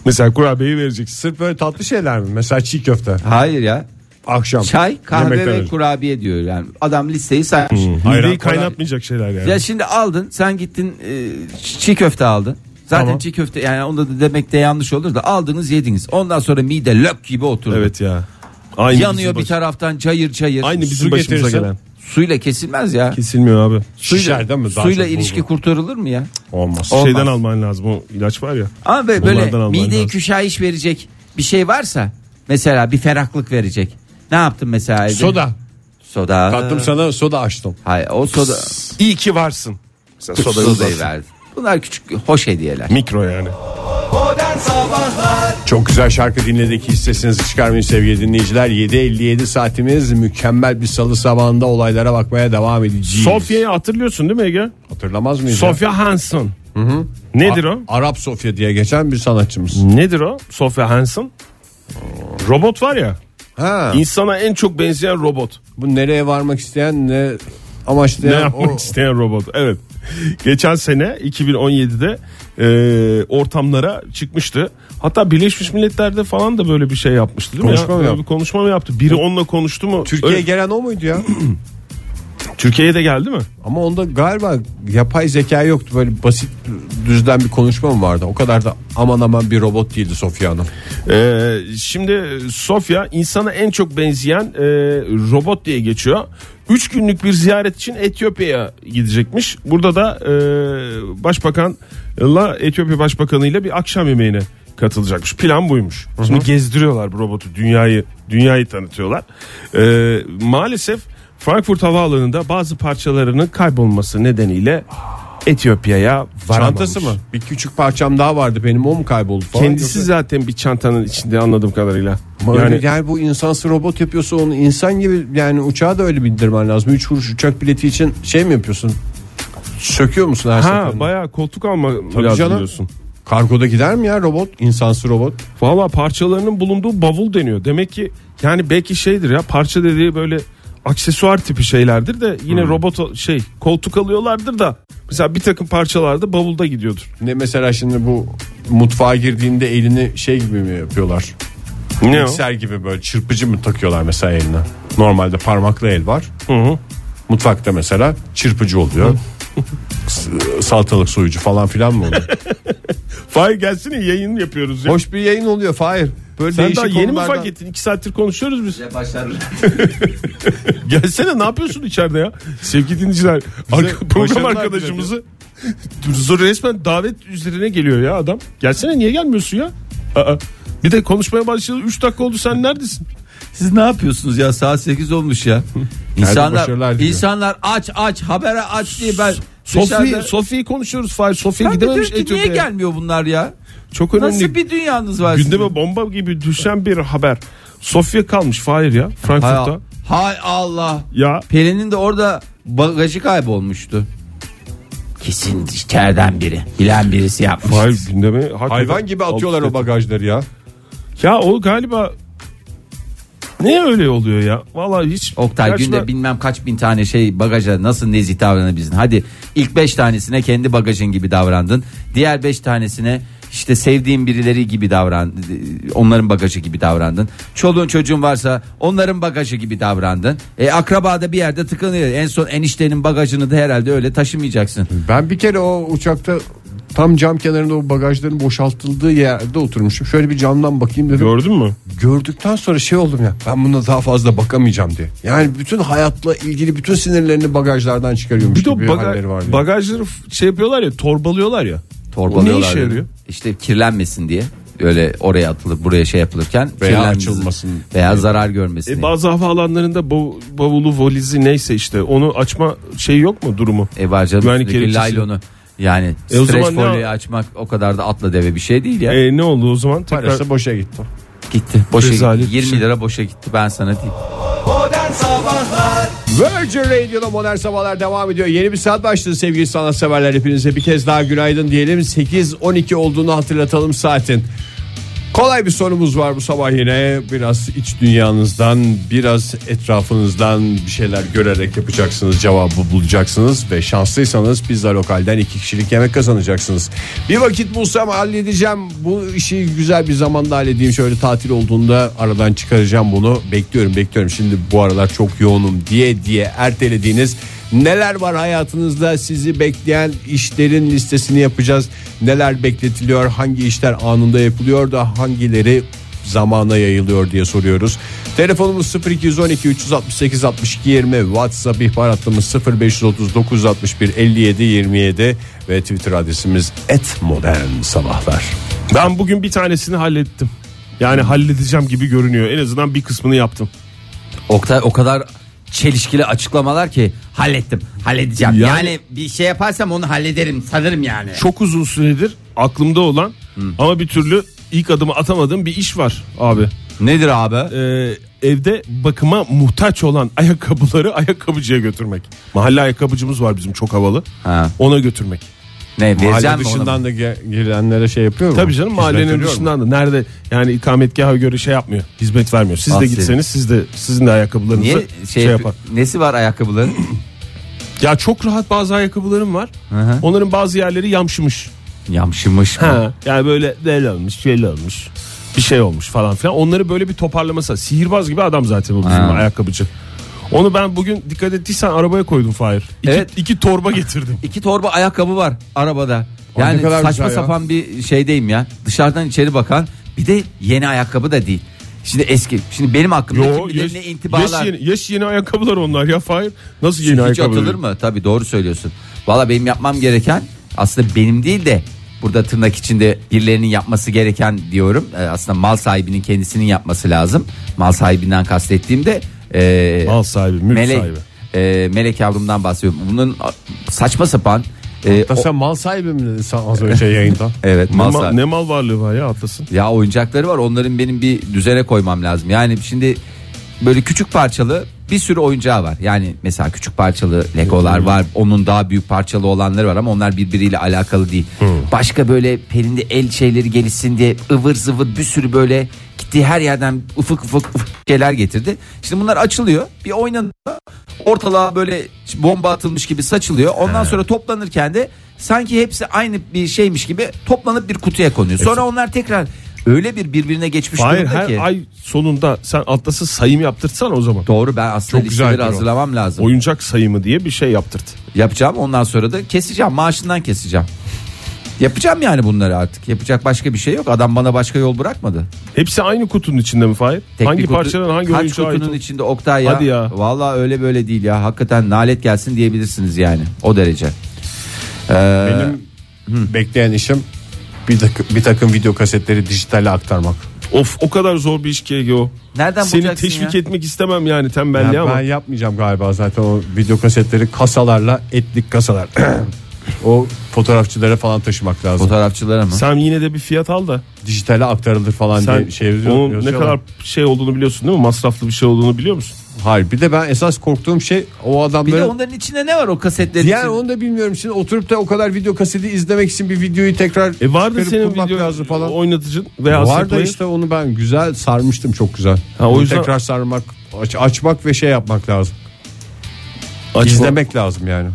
E: Mesela kurabiyeyi vereceksin.
C: Sırf böyle tatlı şeyler mi? Mesela çiğ köfte.
D: Hayır ya.
C: Akşam.
D: Çay, kahve
C: Yemekten
D: ve
C: önce.
D: kurabiye diyor yani. Adam listeyi saymış.
E: Mideyi kaynatmayacak şeyler yani.
D: Ya şimdi aldın sen gittin e, çiğ köfte aldın. Zaten
E: Tamam.
D: çiğ köfte yani onda da demek de yanlış olur da aldınız yediniz. Ondan sonra mide lök gibi oturdu.
E: Evet ya. Aynı
D: Yanıyor
E: bizim
D: bir
E: baş-
D: taraftan çayır çayır.
E: Aynı bizim
C: Su
E: başımıza
C: getirirsen-
E: gelen.
D: Suyla kesilmez ya.
E: Kesilmiyor abi.
D: Suyla,
C: Şişerden mi daha
D: suyla
C: çok
D: ilişki
C: bozulur?
D: kurtarılır mı ya?
C: Olmaz.
D: Olmaz.
E: Şeyden alman lazım o ilaç var ya.
D: Ama böyle,
E: Bunlardan
D: böyle
E: alman
D: mideyi
E: lazım.
D: küşayiş verecek bir şey varsa mesela bir ferahlık verecek. Ne yaptın mesela? evde?
C: Soda.
D: Soda.
C: Tattım sana soda açtım.
D: Hayır o soda.
E: İyi ki varsın. Mesela sodayı
D: Sodayı
E: uzatsın.
D: verdi. Bunlar küçük hoş hediyeler.
E: Mikro yani.
B: Modern Sabahlar
C: Çok güzel şarkı dinledik. Hissesinizi çıkarmayın sevgili dinleyiciler. 7.57 saatimiz mükemmel bir salı sabahında olaylara bakmaya devam edeceğiz.
E: Sofya'yı hatırlıyorsun değil mi Ege?
C: Hatırlamaz mıyız? ya?
E: Sofya Hanson. Nedir o?
C: Arap Sofya diye geçen bir sanatçımız.
E: Nedir o? Sofya Hanson. Robot var ya.
C: Ha,
E: İnsana en çok benzeyen robot.
C: bu nereye varmak isteyen ne
E: Ne
C: amaçlayan
E: yapmak
C: o-
E: isteyen robot. Evet. Geçen sene 2017'de e, ortamlara çıkmıştı. Hatta Birleşmiş Milletler'de falan da böyle bir şey yapmıştı değil mi?
C: Konuşma mı
E: ya? Böyle
C: yaptı?
E: bir konuşma mı yaptı? Biri onunla konuştu mu?
C: Türkiye'ye
E: Öyle-
C: gelen o muydu ya?
E: Türkiye'ye de geldi mi?
C: Ama onda galiba yapay zeka yoktu. Böyle basit düzden bir konuşma mı vardı? O kadar da aman aman bir robot değildi Sofya Hanım.
E: Ee, şimdi Sofya insana en çok benzeyen e, robot diye geçiyor. 3 günlük bir ziyaret için Etiyopya'ya gidecekmiş. Burada da e, başbakanla Etiyopya başbakanıyla bir akşam yemeğine katılacakmış. Plan buymuş. Şimdi gezdiriyorlar bu robotu dünyayı dünyayı tanıtıyorlar. Ee, maalesef Frankfurt Havaalanı'nda bazı parçalarının kaybolması nedeniyle Etiyopya'ya varamamış.
C: Çantası mı? Bir küçük parçam daha vardı benim o mu kayboldu falan?
E: Kendisi
C: Yoksa-
E: zaten bir çantanın içinde anladığım kadarıyla.
C: Ama öyle- yani, bu insansı robot yapıyorsa onu insan gibi yani uçağa da öyle bindirmen lazım. 3 kuruş uçak bileti için şey mi yapıyorsun? Söküyor musun her
E: Ha
C: seferinde?
E: bayağı koltuk alma lazım
C: canım.
E: diyorsun.
C: Kargoda gider mi ya robot? İnsansı robot.
E: Valla parçalarının bulunduğu bavul deniyor. Demek ki yani belki şeydir ya parça dediği böyle aksesuar tipi şeylerdir de yine robot o- şey koltuk alıyorlardır da mesela bir takım parçalarda bavulda gidiyordur.
C: Ne mesela şimdi bu mutfağa girdiğinde elini şey gibi mi yapıyorlar?
E: Ne o?
C: Mikser gibi böyle çırpıcı mı takıyorlar mesela eline? Normalde parmaklı el var. Mutfakta mesela çırpıcı oluyor. S- Salatalık soyucu falan filan mı oluyor?
E: Fahir gelsin ya, yayın yapıyoruz ya.
C: Hoş bir yayın oluyor Fahir. Böyle
E: Sen
C: değişik
E: daha yeni mi
C: konulardan-
E: fark ettin? İki saattir konuşuyoruz biz.
D: Başlar.
E: Gelsene ne yapıyorsun içeride ya? Sevgili dinleyiciler arka- program
C: başarılar
E: arkadaşımızı zor resmen davet üzerine geliyor ya adam. Gelsene niye gelmiyorsun ya? Aa, bir de konuşmaya başladı 3 dakika oldu sen neredesin?
D: Siz ne yapıyorsunuz ya saat 8 olmuş ya. İnsanlar,
C: başarılar diliyor.
D: insanlar aç aç habere aç diye ben
E: Sofi,
D: dışarıda-
E: Sofi'yi konuşuyoruz Fahir. Sofi
D: Ben de diyorum
E: gidememiş
D: ki niye
E: Etiyopya'ya.
D: gelmiyor bunlar ya?
E: Çok önemli.
D: Nasıl bir dünyanız var sizin?
E: Gündeme bomba gibi düşen bir haber. Sofya kalmış Fahir ya Frankfurt'ta.
D: Hay, hay Allah.
E: Ya
D: Pelin'in de orada bagajı kaybolmuştu. Kesin içeriden biri. Bilen birisi yapmış.
E: Fahir gündeme hakikaten-
C: Hayvan gibi atıyorlar o bagajları ya.
E: Ya o galiba Niye öyle oluyor ya? Vallahi hiç
D: Oktay
E: Gerçi ben-
D: günde bilmem kaç bin tane şey bagaja nasıl nezih davranabilirsin? Hadi ilk beş tanesine kendi bagajın gibi davrandın. Diğer beş tanesine işte sevdiğin birileri gibi davran, onların bagajı gibi davrandın. Çoluğun çocuğun varsa onların bagajı gibi davrandın. E akraba da bir yerde tıkanıyor. En son eniştenin bagajını da herhalde öyle taşımayacaksın.
C: Ben bir kere o uçakta tam cam kenarında o bagajların boşaltıldığı yerde oturmuşum. Şöyle bir camdan bakayım dedim.
E: Gördün mü?
C: Gördükten sonra şey oldum ya. Ben buna daha fazla bakamayacağım diye. Yani bütün hayatla ilgili bütün sinirlerini bagajlardan çıkarıyormuş
E: Bir de o
C: gibi bir
E: baga-
C: halleri vardı.
E: bagajları f- şey yapıyorlar ya torbalıyorlar ya.
D: Torbalıyorlar.
E: O ne işe
D: beni.
E: yarıyor?
D: İşte kirlenmesin diye. Öyle oraya atılıp buraya şey yapılırken
C: Veya
D: kirlenmesin
C: açılmasın.
D: veya zarar görmesin.
E: E,
D: diye.
E: bazı havaalanlarında bav- bavulu valizi neyse işte onu açma şeyi yok mu durumu?
D: E var canım
E: Güvenlik
D: üstündeki
E: gerekçesi.
D: laylonu yani
E: E o
D: streç
E: zaman ne-
D: folyoyu açmak o kadar da atla deve bir şey değil ya.
E: E, ne oldu o zaman? Tekrar
C: Parası boşa gitti.
D: gitti. Boşa
E: Rezalet bir
D: 20
E: şey.
D: lira boşa gitti ben sana diyeyim.
B: Modern Sabahlar
C: Virgin Radio'da modern sabahlar devam ediyor. Yeni bir saat başladı sevgili sanatseverler. Hepinize bir kez daha günaydın diyelim. 8.12 olduğunu hatırlatalım saatin. Kolay bir sorumuz var bu sabah yine. Biraz iç dünyanızdan, biraz etrafınızdan bir şeyler görerek yapacaksınız. Cevabı bulacaksınız ve şanslıysanız pizza lokalden iki kişilik yemek kazanacaksınız. Bir vakit bulsam halledeceğim. Bu işi güzel bir zamanda halledeyim. Şöyle tatil olduğunda aradan çıkaracağım bunu. Bekliyorum, bekliyorum. Şimdi bu aralar çok yoğunum diye diye ertelediğiniz Neler var hayatınızda sizi bekleyen işlerin listesini yapacağız. Neler bekletiliyor, hangi işler anında yapılıyor da hangileri zamana yayılıyor diye soruyoruz. Telefonumuz 0212 368 62 20 WhatsApp ihbar hattımız 0539 61 57 27 ve Twitter adresimiz et modern sabahlar.
E: Ben bugün bir tanesini hallettim. Yani halledeceğim gibi görünüyor. En azından bir kısmını yaptım.
D: Oktay o kadar çelişkili açıklamalar ki hallettim halledeceğim.
E: Yani-
D: Yani, bir şey yaparsam onu hallederim sanırım yani.
E: Çok uzun süredir aklımda olan ama bir türlü ilk adımı atamadığım bir iş var abi.
D: Nedir abi?
E: Ee, evde bakıma muhtaç olan *laughs* ayakkabıları ayakkabıcıya götürmek. Mahalle ayakkabıcımız var bizim çok havalı.
D: Ha.
E: Ona götürmek.
D: Ne vereceğim
C: Mahalle
D: mi ona?
C: dışından da ge- gelenlere şey yapıyor mu?
E: Tabii canım
C: Hizmet
E: mahallenin
C: ediyor mu?
E: dışından da nerede yani ikametgaha göre şey yapmıyor. Hizmet vermiyor. Siz de
D: Aferin.
E: gitseniz siz de sizin de ayakkabılarınızı
D: Niye
E: şey,
D: şey,
E: yapar.
D: nesi
E: *clears throat*
D: var ayakkabıların?
E: Ya çok rahat bazı ayakkabılarım var.
D: hı.
E: Onların bazı yerleri yamşımış.
D: Yamşımış mı?
E: Ha, yani böyle böyle olmuş, şöyle olmuş. Bir şey olmuş falan filan. Onları böyle bir toparlaması. Sihirbaz gibi adam zaten bu bizim
D: Ha.
E: ayakkabıcı. Onu ben bugün dikkat ettiysen arabaya koydum Fahir. İki,
D: Evet.
E: iki torba
D: *laughs*
E: getirdim.
D: İki torba ayakkabı var arabada.
C: ne
D: Yani
C: kadar
D: saçma
C: güzel ya.
D: sapan bir şeydeyim ya. Dışarıdan içeri bakan bir de yeni ayakkabı da değil. Şimdi eski. Şimdi benim hakkımda
E: yaş,
D: birilerine intibalar.
E: yaş yeni, yaş yeni ayakkabılar onlar ya Fahir. Nasıl yeni
D: Hiç
E: ayakkabı?
D: atılır mı? Tabii doğru söylüyorsun. Valla benim yapmam gereken aslında benim değil de burada tırnak içinde birilerinin yapması gereken diyorum. Ee, aslında mal sahibinin kendisinin yapması lazım. Mal sahibinden kastettiğimde e,
E: Mal sahibi, mülk
D: melek,
E: sahibi.
D: e, melek yavrumdan bahsediyorum. Bunun a- saçma sapan e,
C: Ya
D: o-
C: sen mal sahibi mi dedin sen az önce yayında?
D: evet
E: Ne
D: mal
E: ma-
D: sahibi.
E: ne mal varlığı var ya Atlas'ın.
D: Ya oyuncakları var onların benim bir düzene koymam lazım. Yani şimdi böyle küçük parçalı bir sürü oyuncağı var. Yani mesela küçük parçalı legolar var. Onun daha büyük parçalı olanları var ama onlar birbiriyle alakalı değil. Başka böyle pelinde el şeyleri gelişsin diye ıvır zıvır bir sürü böyle gittiği her yerden ufuk ufuk, ufuk şeyler getirdi. Şimdi bunlar açılıyor. Bir oynanıyor. Ortalığa böyle bomba atılmış gibi saçılıyor. Ondan sonra toplanırken de sanki hepsi aynı bir şeymiş gibi toplanıp bir kutuya konuyor. Sonra onlar tekrar öyle bir birbirine geçmiş
E: Hayır
D: durumda
E: her
D: ki.
E: ay sonunda sen Atlas'ı sayım yaptırtsan o zaman.
D: Doğru ben aslında
E: Çok güzel
D: listeleri
E: bir rol.
D: hazırlamam lazım.
E: Oyuncak sayımı diye bir şey yaptırt.
D: Yapacağım ondan sonra da keseceğim maaşından keseceğim. Yapacağım yani bunları artık. Yapacak başka bir şey yok. Adam bana başka yol bırakmadı.
E: Hepsi aynı kutunun içinde mi Fahir?
D: Tek
E: hangi
D: bir kutu-
E: parçadan hangi
D: kaç
E: oyuncağa ait?
D: kutunun
E: o-
D: içinde Oktay ya.
E: Hadi ya.
D: Valla öyle böyle değil ya. Hakikaten nalet gelsin diyebilirsiniz yani. O derece.
C: Benim bekleyen işim bir, takı- bir takım video kasetleri dijitale aktarmak.
E: Of o kadar zor bir iş ki o.
D: Nereden
E: Seni
D: bulacaksın
E: teşvik
D: ya?
E: etmek istemem yani
C: Ya
E: tembelliğe ama.
C: ben yapmayacağım galiba zaten o video kasetleri kasalarla etlik kasalar. *clears throat* o fotoğrafçılara falan taşımak lazım.
D: Fotoğrafçılara mı?
E: Sen yine de bir fiyat al da.
C: dijitale aktarılır falan
E: Sen
C: diye şey
E: onun ne
C: yazıyorlar.
E: kadar şey olduğunu biliyorsun değil mi? Masraflı bir şey olduğunu biliyor musun?
C: Hayır bir de ben esas korktuğum şey o
D: Bir de şey-
C: adamların
D: onların içinde ne var o kasetlerin
C: yani
D: içinde?
C: onu da bilmiyorum. Şimdi oturup da o kadar video kaseti izlemek için bir videoyu tekrar
E: E vardı
C: çıkarıp
E: senin
C: kurmak
E: video
C: lazım falan.
E: oynatıcın veya
C: Var da
E: setlayın.
C: işte onu ben güzel sarmıştım çok güzel.
E: Ha, o
C: Onu
E: yüzden-
C: tekrar sarmak, aç- açmak ve şey yapmak lazım.
E: Açma-
C: İzlemek lazım yani.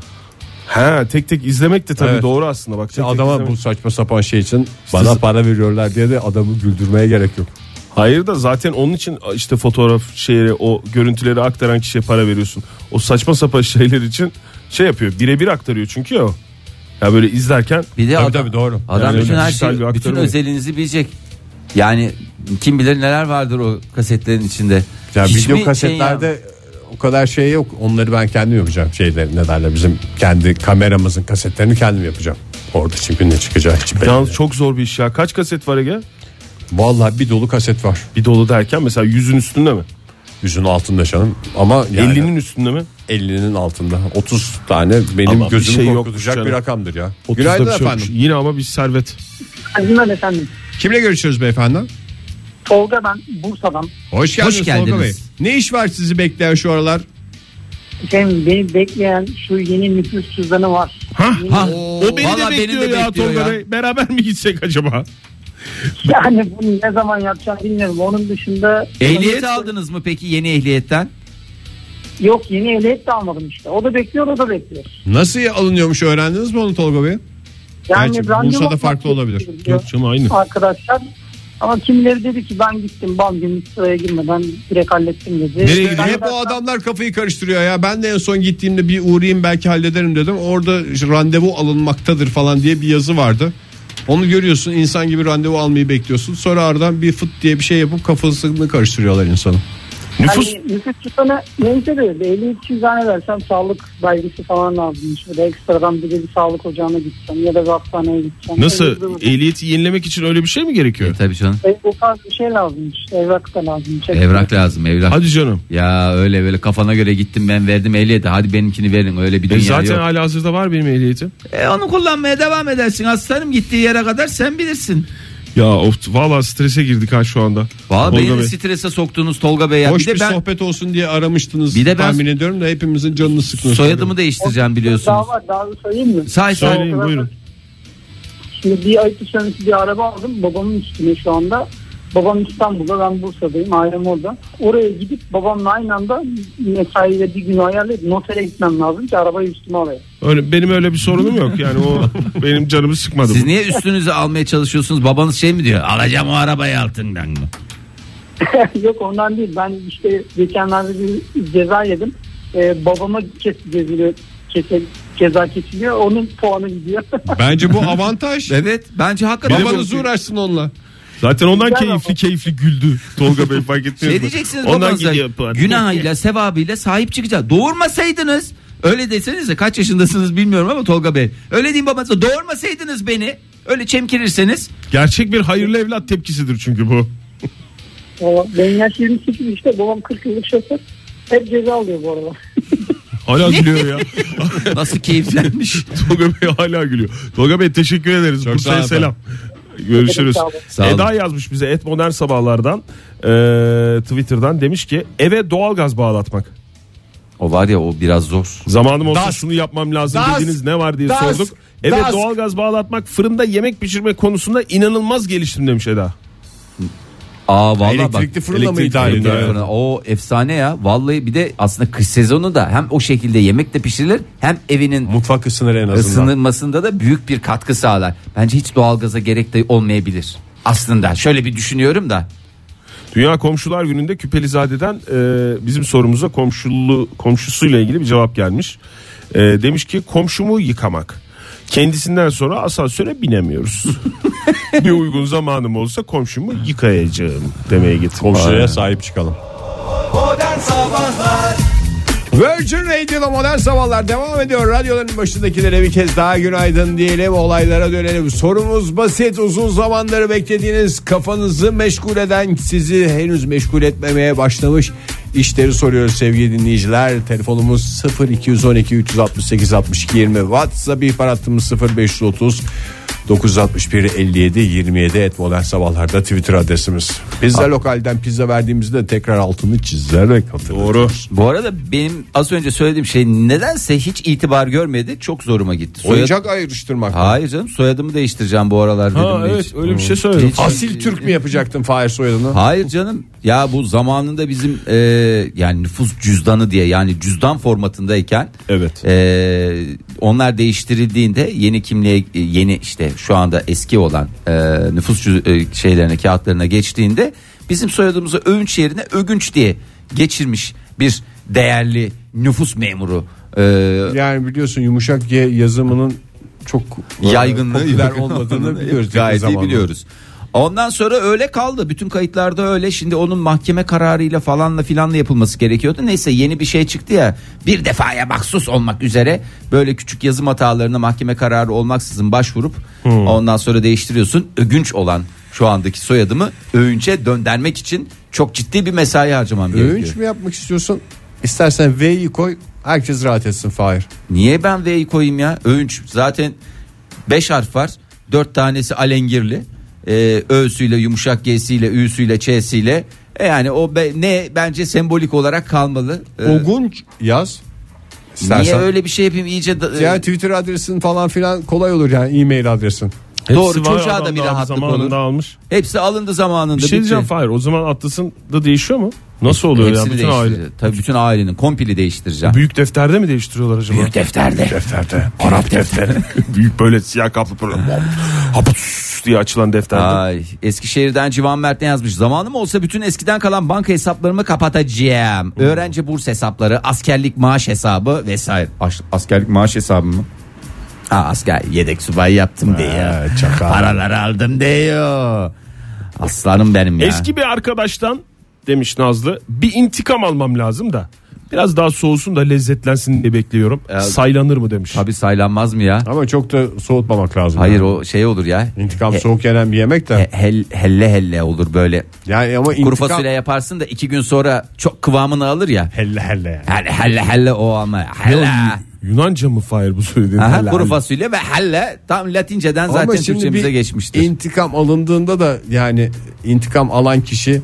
E: He tek tek izlemek de tabii
C: Evet.
E: doğru aslında bak. tek tek
C: Adama
E: izlemek-
C: bu saçma sapan şey için bana para veriyorlar diye de adamı güldürmeye gerek yok.
E: Hayır da zaten onun için işte fotoğraf şeyleri o görüntüleri aktaran kişiye para veriyorsun. O saçma sapan *laughs* şeyler için şey yapıyor. Birebir aktarıyor çünkü ya. o. Ya böyle izlerken
D: Bir de
C: Tabii
D: adam,
C: tabii, doğru.
D: Adam
E: Yani
D: bütün
E: öyle
D: her
E: dijital
D: şeyi,
E: bir aktör
D: bütün
E: oluyor.
D: özelinizi bilecek. Yani kim bilir neler vardır o kasetlerin içinde.
C: Yani
D: Hiç mi
C: video
D: şey
C: kasetlerde
D: ya-
C: o kadar şey yok. Onları ben kendim yapacağım. Şeyleri ne derler bizim kendi kameramızın kasetlerini kendim yapacağım. Orada çünkü ne çıkacağı hiç belli.
E: yalnız çok zor bir iş ya. Kaç kaset var Ege?
C: Vallahi bir dolu kaset var.
E: Bir dolu derken mesela yüzün üstünde mi?
C: Yüzün altında canım. Ama yani
E: 50'nin üstünde mi?
C: 50'nin altında. 30 tane benim
E: Ama bir
C: gözümü
E: şey yok
C: korkutacak
E: canım.
C: bir rakamdır ya.
E: 30'da
C: Günaydın
E: bir şey
C: efendim.
E: yokmuş. Yine ama bir servet.
I: Günaydın efendim.
C: Kimle görüşüyoruz beyefendi?
I: Tolga ben Bursa'dan.
C: Hoş geldiniz,
D: Hoş geldiniz.
C: Tolga Bey. Ne iş var sizi bekleyen şu aralar?
I: Efendim beni bekleyen şu yeni nüfus cüzdanı var. *laughs* Yeni-
D: Ha,
E: Ah, O beni
D: valla
E: de bekliyor ya Tolga Bey. Beraber mi gitsek acaba?
I: Yani bunu ne zaman yapacağım bilmiyorum. Onun dışında...
D: Ehliyet aldınız mı peki yeni ehliyetten?
I: Yok yeni ehliyet de almadım işte. O da bekliyor o da bekliyor.
C: Nasıl alınıyormuş öğrendiniz mi onu Tolga Bey?
I: Yani
C: Gerçi
I: randevu
C: Bursa'da
I: almak
C: farklı olabilir.
I: istiyorum diyor
E: Yok canım aynı.
I: Arkadaşlar ama kimleri dedi ki ben gittim bam gün sıraya girmeden direkt hallettim dedi.
C: Nereye
I: Ben
C: gidiyor? Hep
I: zaten-
C: o adamlar kafayı karıştırıyor ya. Ben de en son gittiğimde bir uğrayayım belki hallederim dedim. Orada işte randevu alınmaktadır falan diye bir yazı vardı. Onu görüyorsun insan gibi randevu almayı bekliyorsun. Sonra aradan bir fıt diye bir şey yapıp kafasını karıştırıyorlar insanın.
E: Nüfus
I: Hani nüfus cüzdanı neyse de 50-200 tane versem sağlık belgesi falan lazım. Şöyle ekstradan bir de bir sağlık ocağına gideceğim ya da bir hastaneye gideceğim. Öyle
E: nasıl
I: bir-
E: ehliyeti yenilemek için öyle bir şey mi
D: E,
E: gerekiyor?
D: tabii canım.
I: E, o tarz bir şey lazım işte evrak da lazım. Çek-
D: Evrak lazım evrak.
E: Hadi canım.
D: Ya öyle böyle kafana göre gittim ben verdim ehliyeti hadi benimkini verin öyle bir
E: E
D: dünya
E: zaten
D: yok.
E: hali hazırda var benim ehliyetim.
D: E, onu kullanmaya devam edersin aslanım gittiği yere kadar sen bilirsin.
E: Ya of valla strese girdik ha şu anda.
D: Valla
E: Tolga
D: beni
E: Bey.
D: strese soktunuz Tolga Bey. ya.
C: Hoş
D: Bir de
C: bir
D: ben
C: sohbet olsun diye aramıştınız.
D: Bir de ben-
C: tahmin ediyorum da hepimizin canını sıkmış.
D: soyadımı değiştireceğim biliyorsunuz.
I: Daha var daha bir söyleyeyim mi?
D: Say say.
E: Söyleyin buyurun.
I: Şimdi bir ay sonrası bir araba aldım babamın üstüne şu anda. Babam İstanbul'da ben Bursa'dayım ailem orada. Oraya gidip babamla aynı anda mesaiyle bir gün ayarlayıp notere gitmem lazım ki arabayı üstüme alayım.
E: Öyle, benim öyle bir sorunum yok yani
D: *laughs*
E: o benim canımı sıkmadı.
D: Siz
E: bu.
D: niye üstünüzü almaya çalışıyorsunuz? Babanız şey mi diyor? Alacağım o arabayı altından mı?
I: *laughs* Yok ondan değil ben işte geçenlerde bir ceza yedim. Ee, babama kes, ceziliyor, kese- ceza kesiliyor onun puanı gidiyor. *laughs*
C: Bence bu avantaj.
D: Evet bence hakikaten.
C: Babanız uğraşsın onunla.
E: Zaten ondan
I: Güzel ama.
E: keyifli keyifli güldü Tolga Bey fark ettiniz mi?
D: Şey diyeceksiniz
E: Ondan
D: babanıza
E: gidiyor puan.
D: günahıyla sevabıyla sahip çıkacağız. Doğurmasaydınız öyle desenize kaç yaşındasınız bilmiyorum ama Tolga Bey. Öyle diyeyim babanıza doğurmasaydınız beni öyle çemkirirseniz.
E: Gerçek bir hayırlı evlat tepkisidir çünkü bu.
I: Valla Benim yaş 28 işte babam 40 yıllık şoför. Hep ceza alıyor bu arada.
E: Hala gülüyor ya.
D: Nasıl *laughs* keyiflenmiş.
E: Tolga Bey hala gülüyor. Tolga Bey teşekkür ederiz.
C: Çok
E: Bursa'ya
C: sağ olun.
E: selam. Görüşürüz.
I: Sağ olun.
D: Sağ olun.
E: Eda yazmış bize et modern sabahlardan eee, Twitter'dan demiş ki eve doğalgaz bağlatmak.
D: O var ya o biraz zor.
E: Zamanım olsa
C: Das.
E: şunu yapmam lazım
C: Das.
E: dediğiniz ne var diye
C: Das.
E: sorduk. Eve
C: Das.
E: doğalgaz bağlatmak fırında yemek pişirme konusunda inanılmaz geliştim demiş Eda.
D: Aa vallahi bak.
C: Elektrikli fırınla mı
E: elektrikli
C: idare
E: fırın.
C: ediyor?
D: Elektrikli fırın. O efsane ya. Vallahi bir de aslında kış sezonu da hem o şekilde yemek de pişirilir hem evinin
C: Mutfak ısınır en azından.
D: ısınmasında da büyük bir katkı sağlar. Bence hiç doğalgaza gerek de olmayabilir. Aslında şöyle bir düşünüyorum da.
E: Dünya Komşular Günü'nde Küpelizade'den e, bizim sorumuza komşulu komşusuyla ilgili bir cevap gelmiş. E, demiş ki komşumu yıkamak. Kendisinden sonra asansöre
D: *laughs*
E: binemiyoruz. bir uygun zamanım olsa komşumu yıkayacağım demeye getirmiş.
C: Komşuya sahip çıkalım.
B: Modern Sabahlar
C: Virgin Radio'da modern sabahlar devam ediyor. Radyoların başındakilere bir kez daha günaydın diyelim. Olaylara dönelim. Sorumuz basit. Uzun zamanları beklediğiniz kafanızı meşgul eden sizi henüz meşgul etmemeye başlamış işleri soruyoruz sevgili dinleyiciler. Telefonumuz 0212 368 62 20 WhatsApp ihbar hattımız 0530 961 57 27 et modern sabahlarda Twitter adresimiz. Pizza lokalden pizza verdiğimizde tekrar altını çizerek hatırlatıyoruz. Doğru.
D: Bu arada benim az önce söylediğim şey nedense hiç itibar görmedi. Çok zoruma gitti. Soyad-
C: Oyuncak ayrıştırmak.
D: Hayır canım soyadımı değiştireceğim bu aralar dedim.
E: Ha,
D: de
E: evet
D: hiç.
E: öyle bir şey söyledim.
D: Hiç-
C: Asil Türk mü yapacaktın Fahir soyadını?
D: Hayır canım ya bu zamanında bizim e, yani nüfus cüzdanı diye yani cüzdan formatındayken
E: Evet.
D: e, onlar değiştirildiğinde yeni kimliğe e, yeni işte şu anda eski olan e, nüfus cüz- e, şeylerine kağıtlarına geçtiğinde bizim soyadımızı övünç yerine ögünç diye geçirmiş bir değerli nüfus memuru e,
C: Yani biliyorsun yumuşak G yazımının çok e,
D: yaygınlığı
C: popüler
D: yok. *laughs*
C: olmadığını biliyoruz. yakın
D: Gayet iyi
C: zamanda.
D: biliyoruz. Ondan sonra öyle kaldı. Bütün kayıtlarda öyle. Şimdi onun mahkeme kararıyla falanla filanla yapılması gerekiyordu. Neyse yeni bir şey çıktı ya. Bir defaya mahsus olmak üzere böyle küçük yazım hatalarına mahkeme kararı olmaksızın başvurup
C: Hmm.
D: ondan sonra değiştiriyorsun. Ögünç olan şu andaki soyadımı övünçe döndürmek için çok ciddi bir mesai harcamam
C: Övünç
D: gerekiyor.
C: mü yapmak istiyorsun? İstersen V'yi koy herkes rahat etsin Fahir.
D: Niye ben V'yi koyayım ya? Övünç zaten 5 harf var. 4 tanesi alengirli. Ee, ö'süyle yumuşak G'siyle Ü'süyle Ç'siyle. E yani o be- ne bence sembolik olarak kalmalı. Ee,
C: Ogunç yaz.
D: niye
C: İstersen.
D: öyle bir şey yapayım iyice da-
C: Yani Twitter adresin falan filan kolay olur yani e-mail adresin.
D: doğru
E: Hepsi var,
D: çocuğa da
E: adam
D: bir
E: daha
D: rahatlık
E: zamanında
D: olur.
E: almış.
D: Hepsi alındı zamanında.
E: Bir şey
D: bitti.
E: diyeceğim Fahir o zaman atlasın da değişiyor mu? Nasıl oluyor
D: Hepsini
E: ya bütün aile?
D: değiştireceğim. Tabii bütün ailenin kompili değiştireceğim.
E: Büyük defterde mi değiştiriyorlar acaba?
D: Büyük defterde.
E: Arap defteri. Büyük böyle siyah kaplı böyle haputs diye açılan defterde.
D: Ay, Eskişehir'den Civan Mert ne yazmış? Zamanım olsa bütün eskiden kalan banka hesaplarımı kapatacağım. Öğrenci burs hesapları, askerlik maaş hesabı vesaire. Aş- askerlik maaş hesabı mı? Ha, asker yedek subay yaptım diyor. Paraları aldım diyor. Aslanım benim ya.
E: Eski bir arkadaştan demiş Nazlı. Bir intikam almam lazım da. Biraz daha soğusun da lezzetlensin diye bekliyorum. Saylanır mı demiş.
D: Abi saylanmaz mı ya?
C: Ama çok da soğutmamak lazım.
D: Hayır
C: yani.
D: o e, şey olur ya.
C: İntikam
D: He-
C: soğuk yenen bir yemek de.
D: he- hel- helle helle olur böyle.
C: Yani ama
D: Kuru
C: intikam-
D: fasulye yaparsın da iki gün sonra çok kıvamını alır ya.
C: Helle helle yani.
D: Helle helle helle o ama. Helle.
E: Yunanca mı Fahir bu söylediğin?
D: Aha,
E: Helal.
D: kuru fasulye ve helle tam Latinceden zaten Türkçemize geçmiştir.
C: intikam alındığında da yani intikam alan kişi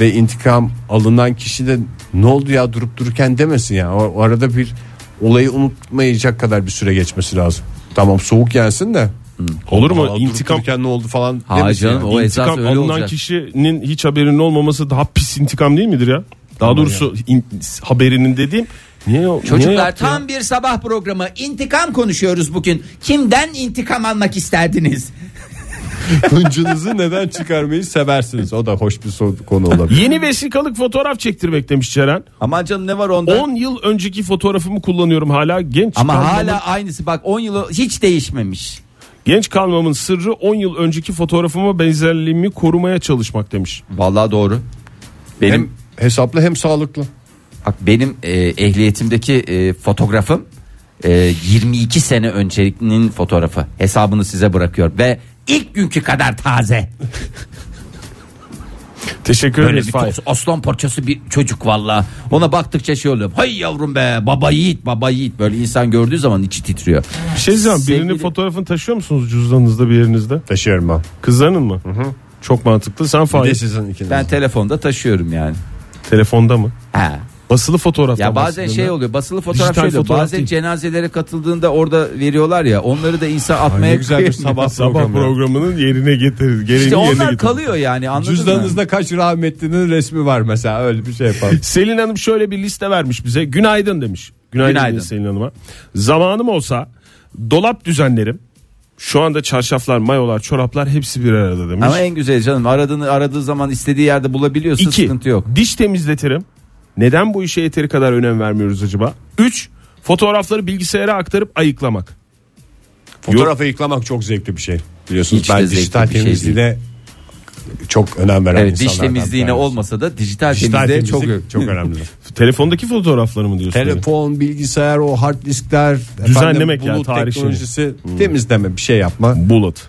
C: ve intikam alınan kişi de ne oldu ya durup dururken demesin ya. O, o arada bir olayı unutmayacak kadar bir süre geçmesi lazım. Tamam soğuk yensin de.
E: Olur mu?
C: Aa, durup
E: İntikam
C: dururken ne oldu falan
D: Ha
C: demesin
D: canım,
C: yani.
D: o esas
E: İntikam
D: öyle
E: alınan
D: olacak.
E: kişinin hiç haberinin olmaması daha pis intikam değil midir ya? Daha doğrusu in- haberinin dediğim niye o- niye
D: Çocuklar
E: yaptı ya?
D: tam bir sabah programı intikam konuşuyoruz bugün. Kimden intikam almak isterdiniz?
C: *laughs* Hıncınızı neden çıkarmayı seversiniz. O da hoş bir soru- konu
D: *laughs*
C: olabilir.
E: Yeni vesikalık fotoğraf çektirmek demiş Ceren.
D: Aman canım ne var onda?
E: 10 yıl önceki fotoğrafımı kullanıyorum hala genç
D: Ama
E: kalmamın,
D: hala aynısı bak 10 yılı hiç değişmemiş.
E: genç kalmamın sırrı 10 yıl önceki fotoğrafıma benzerliğimi korumaya çalışmak demiş.
D: Vallahi doğru. Benim
C: Hem hesaplı hem sağlıklı.
D: bak benim e, ehliyetimdeki e, fotoğrafım e, 22 sene öncenin fotoğrafı. Hesabını size bırakıyor ve ilk günkü kadar taze.
E: Teşekkür
D: Böyle
E: ederiz
D: bir
E: Fahir.
D: kos- aslan parçası bir çocuk valla. Ona baktıkça şey oluyor. Hay yavrum be baba yiğit baba yiğit. Böyle insan gördüğü zaman içi titriyor.
E: Bir şey diyeceğim birinin
D: Sevgili-
E: fotoğrafını taşıyor musunuz cüzdanınızda bir yerinizde?
C: Taşıyorum ben.
E: Kızların mı? Çok mantıklı. Sen
C: Bir de
E: Fahir
C: sizin ikiniz.
D: Ben telefonda taşıyorum yani.
E: telefonda mı?
D: Ha.
E: Basılı fotoğrafta.
D: Ya bazen
E: bahsediyorum
D: şey
E: ya.
D: oluyor basılı fotoğraf
E: Dijital
D: şey oluyor.
E: fotoğraf
D: Bazen
E: değil.
D: cenazelere katıldığında orada veriyorlar ya onları da insan atmaya
C: güzel bir
D: kıyamıyor.
C: sabah
E: Sabah
C: programı.
E: programının yerine getirir. Gereğini yerine
D: İşte onlar
E: getirir.
D: kalıyor yani anladın mı?
C: Cüzdanınızda kaç rahmetlinin resmi var mesela öyle bir şey yapalım.
E: Selin Hanım şöyle bir liste vermiş bize. Günaydın demiş. Günaydın,
D: Günaydın.
E: demiş Selin Hanım'a. Zamanım olsa dolap düzenlerim. Şu anda çarşaflar, mayolar, çoraplar hepsi bir arada demiş.
D: Ama en güzel canım aradığını aradığı zaman istediği yerde bulabiliyorsa
E: İki,
D: sıkıntı yok.
E: diş temizletirim. Neden bu işe yeteri kadar önem vermiyoruz acaba? Üç, fotoğrafları bilgisayara aktarıp ayıklamak.
C: Fotoğrafı yıklamak çok zevkli bir şey. Biliyorsunuz
D: Hiç de
C: ben
D: zevkli
C: dijital
D: bir şey
C: temizliğine çok önem veren
D: Evet, diş
C: insanlardan
D: temizliğine
C: bir tanesi.
D: olmasa da dijital,
C: Dijital
D: temizliğe
C: temizlik
D: çok
C: çok, önemli.
E: Telefondaki fotoğrafları mı diyorsun? Elif?
C: Telefon, bilgisayar, o hard diskler, efendim,
E: Düzenlemek yani
C: bulut
E: tarih
C: teknolojisi, temizleme bir şey yapma.
E: Bullet.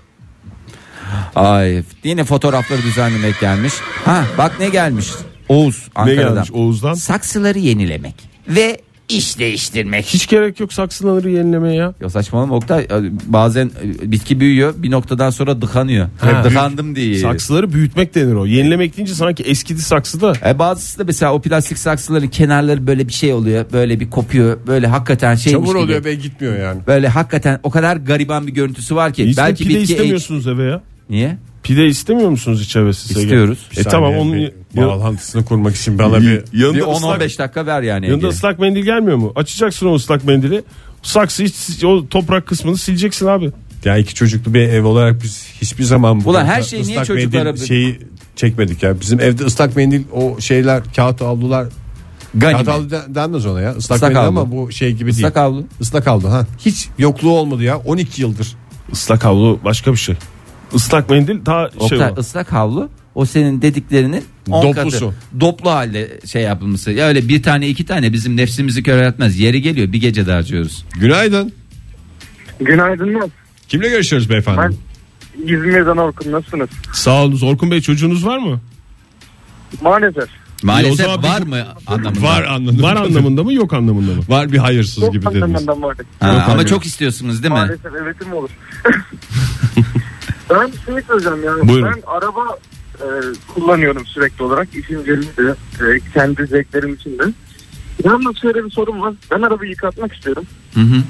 D: Ay yine fotoğrafları düzenlemek gelmiş. Ha bak ne gelmiş. Oğuz Ankara'dan.
E: gelmiş Oğuz'dan?
D: Saksıları yenilemek ve iş değiştirmek.
E: Hiç gerek yok saksıları yenilemeye ya.
D: Ya saçmalama Oktay bazen e, bitki büyüyor bir noktadan sonra dıkanıyor. Dıkandım diye.
E: Saksıları büyütmek denir o. Yenilemek deyince sanki eskidi saksı da
D: E bazısı da mesela o plastik saksıların kenarları böyle bir şey oluyor. Böyle bir kopuyor. Böyle hakikaten şeymiş
C: Çamur
D: gibi.
C: oluyor ve gitmiyor yani.
D: Böyle hakikaten o kadar gariban bir görüntüsü var ki.
E: Hiç de
D: Ee, belki
E: pide
D: bitki
E: istemiyorsunuz eve ya.
D: Niye?
E: Pide istemiyor musunuz hiç eve siz Ege?
D: İstiyoruz.
E: E tamam
C: Saniye,
E: onun
C: bir
E: ya-
C: bağlantısını kurmak için bana bir
E: yanında
D: Bir
E: ıslak,
D: 10-15 dakika ver yani.
E: yanında
D: Ege.
E: ıslak mendil gelmiyor mu? Açacaksın o ıslak mendili. Saksı hiç- o toprak kısmını sileceksin abi.
C: yani iki çocuklu bir ev olarak biz hiçbir zaman bu
D: Ulan
C: konuda
D: her şeyi niye
C: ıslak
D: çocuklara-
C: mendil şeyi çekmedik ya. Bizim evde ıslak mendil o şeyler kağıt havlular
D: Ganime.
C: Kağıt havlu den- denmez ona ya. Islak,
D: Islak
C: mendil
D: havlu.
C: ama bu şey gibi değil.
D: Islak havlu.
C: Islak havlu ha. Hiç yokluğu olmadı ya 12 yıldır.
E: Islak havlu başka bir şey. Islak mendil daha şey
D: Oktay,
E: olan.
D: ıslak havlu o senin dediklerinin on
C: Doplusu.
D: katı. Doplu halde şey yapılması. Ya öyle bir tane iki tane bizim nefsimizi köreltmez. Yeri geliyor bir gece de harcıyoruz.
C: Günaydın.
J: Günaydınlar.
C: Kimle görüşüyoruz beyefendi?
J: Ben İzmir'den Orkun nasılsınız?
E: Sağ olun Orkun Bey çocuğunuz var mı?
J: Maalesef.
D: Maalesef
E: zaman
D: var mı anlamında?
C: Var anladım.
E: Var anlamında mı yok anlamında mı?
C: Var bir hayırsız
J: Yok
C: gibi dediniz.
J: anlamından vardık.
D: Ha, ama çok istiyorsunuz değil mi?
J: Maalesef evetim olur. *laughs* ben şunu söyleyeceğim yani.
E: Buyurun.
J: Ben araba e, kullanıyorum sürekli olarak. İşim gelince e, kendi zevklerim için de. Yalnız şöyle bir sorun var. Ben arabayı yıkatmak istiyorum.
D: Hı hı.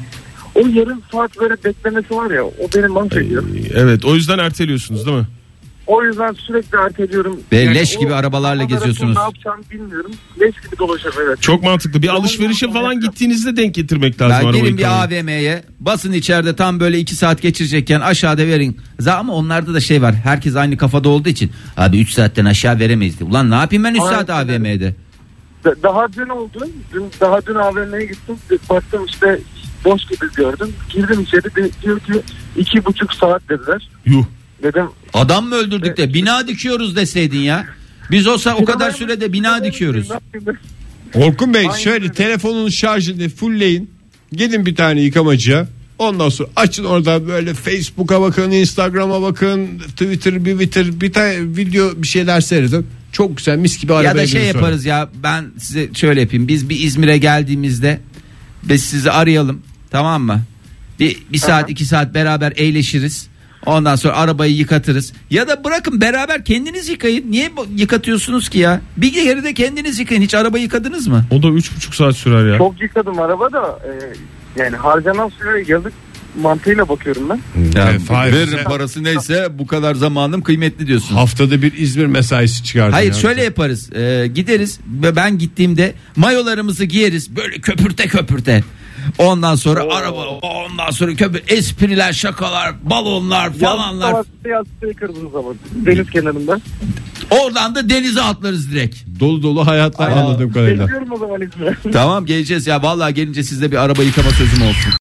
J: O yarım saat böyle beklemesi var ya o beni mahvediyor.
E: Evet o yüzden erteliyorsunuz değil mi?
J: O yüzden sürekli erteliyorum.
D: Ve leş gibi
J: o-
D: arabalarla
J: o arasında
D: geziyorsunuz.
J: Ne yapacağımı bilmiyorum. Leş gibi dolaşıyorum evet.
E: Çok mantıklı. Bir alışverişe falan gittiğinizde denk getirmek lazım
D: Ben
E: arabayı
D: gelin
E: falan.
D: bir AVM'ye basın içeride tam böyle iki saat geçirecekken aşağıda verin. Za- Ama onlarda da şey var herkes aynı kafada olduğu için. Abi 3 saatten aşağı veremeyiz. diye. Ulan ne yapayım ben 3
J: Aynen
D: saat
J: öyle.
D: AVM'de?
J: Da- Daha dün oldu. Dün, daha dün AVM'ye gittim. Baktım işte boş gibi gördüm. Girdim içeri. De, diyor ki iki buçuk saat dediler.
E: Yuh.
J: Dedim
D: Adam mı öldürdük de bina dikiyoruz deseydin ya. Biz olsa o kadar sürede bina dikiyoruz.
C: Orkun Bey şöyle telefonun şarjını fullleyin. Gidin bir tane yıkamacıya. Ondan sonra açın orada böyle Facebook'a bakın, Instagram'a bakın, Twitter, bir Twitter, bir tane video bir şeyler seyredin. Çok güzel mis gibi arabaya
D: Ya da şey
C: biniyorsun.
D: yaparız ya ben size şöyle yapayım. Biz bir İzmir'e geldiğimizde biz sizi arayalım tamam mı? Bir, bir saat iki saat beraber eğleşiriz. Ondan sonra arabayı yıkatırız. Ya da bırakın beraber kendiniz yıkayın. Niye bu- yıkatıyorsunuz ki ya? Bir kere de kendiniz yıkayın. Hiç arabayı yıkadınız mı?
E: O da 3,5 saat sürer ya.
I: Çok yıkadım araba da e, yani harcanan süre yazık mantığıyla bakıyorum ben.
K: Yani
C: Evet, hayır,
K: veririm
C: bize-
K: parası neyse bu kadar zamanım kıymetli diyorsun.
C: Haftada bir İzmir mesaisi çıkardı.
D: Hayır
C: ya.
D: şöyle yaparız. Ee, gideriz ve ben gittiğimde mayolarımızı giyeriz böyle köpürte köpürte. Ondan sonra araba ondan sonra köpür espriler şakalar balonlar falanlar.
I: Yaz tavası yaz tavayı kırdınız ama deniz kenarında.
D: Oradan da denize atlarız direkt.
C: Dolu dolu hayatlar anladığım kadarıyla.
I: Bekliyorum o zaman İzmir'e.
K: Tamam geleceğiz ya vallahi gelince sizde bir araba yıkama sözüm olsun.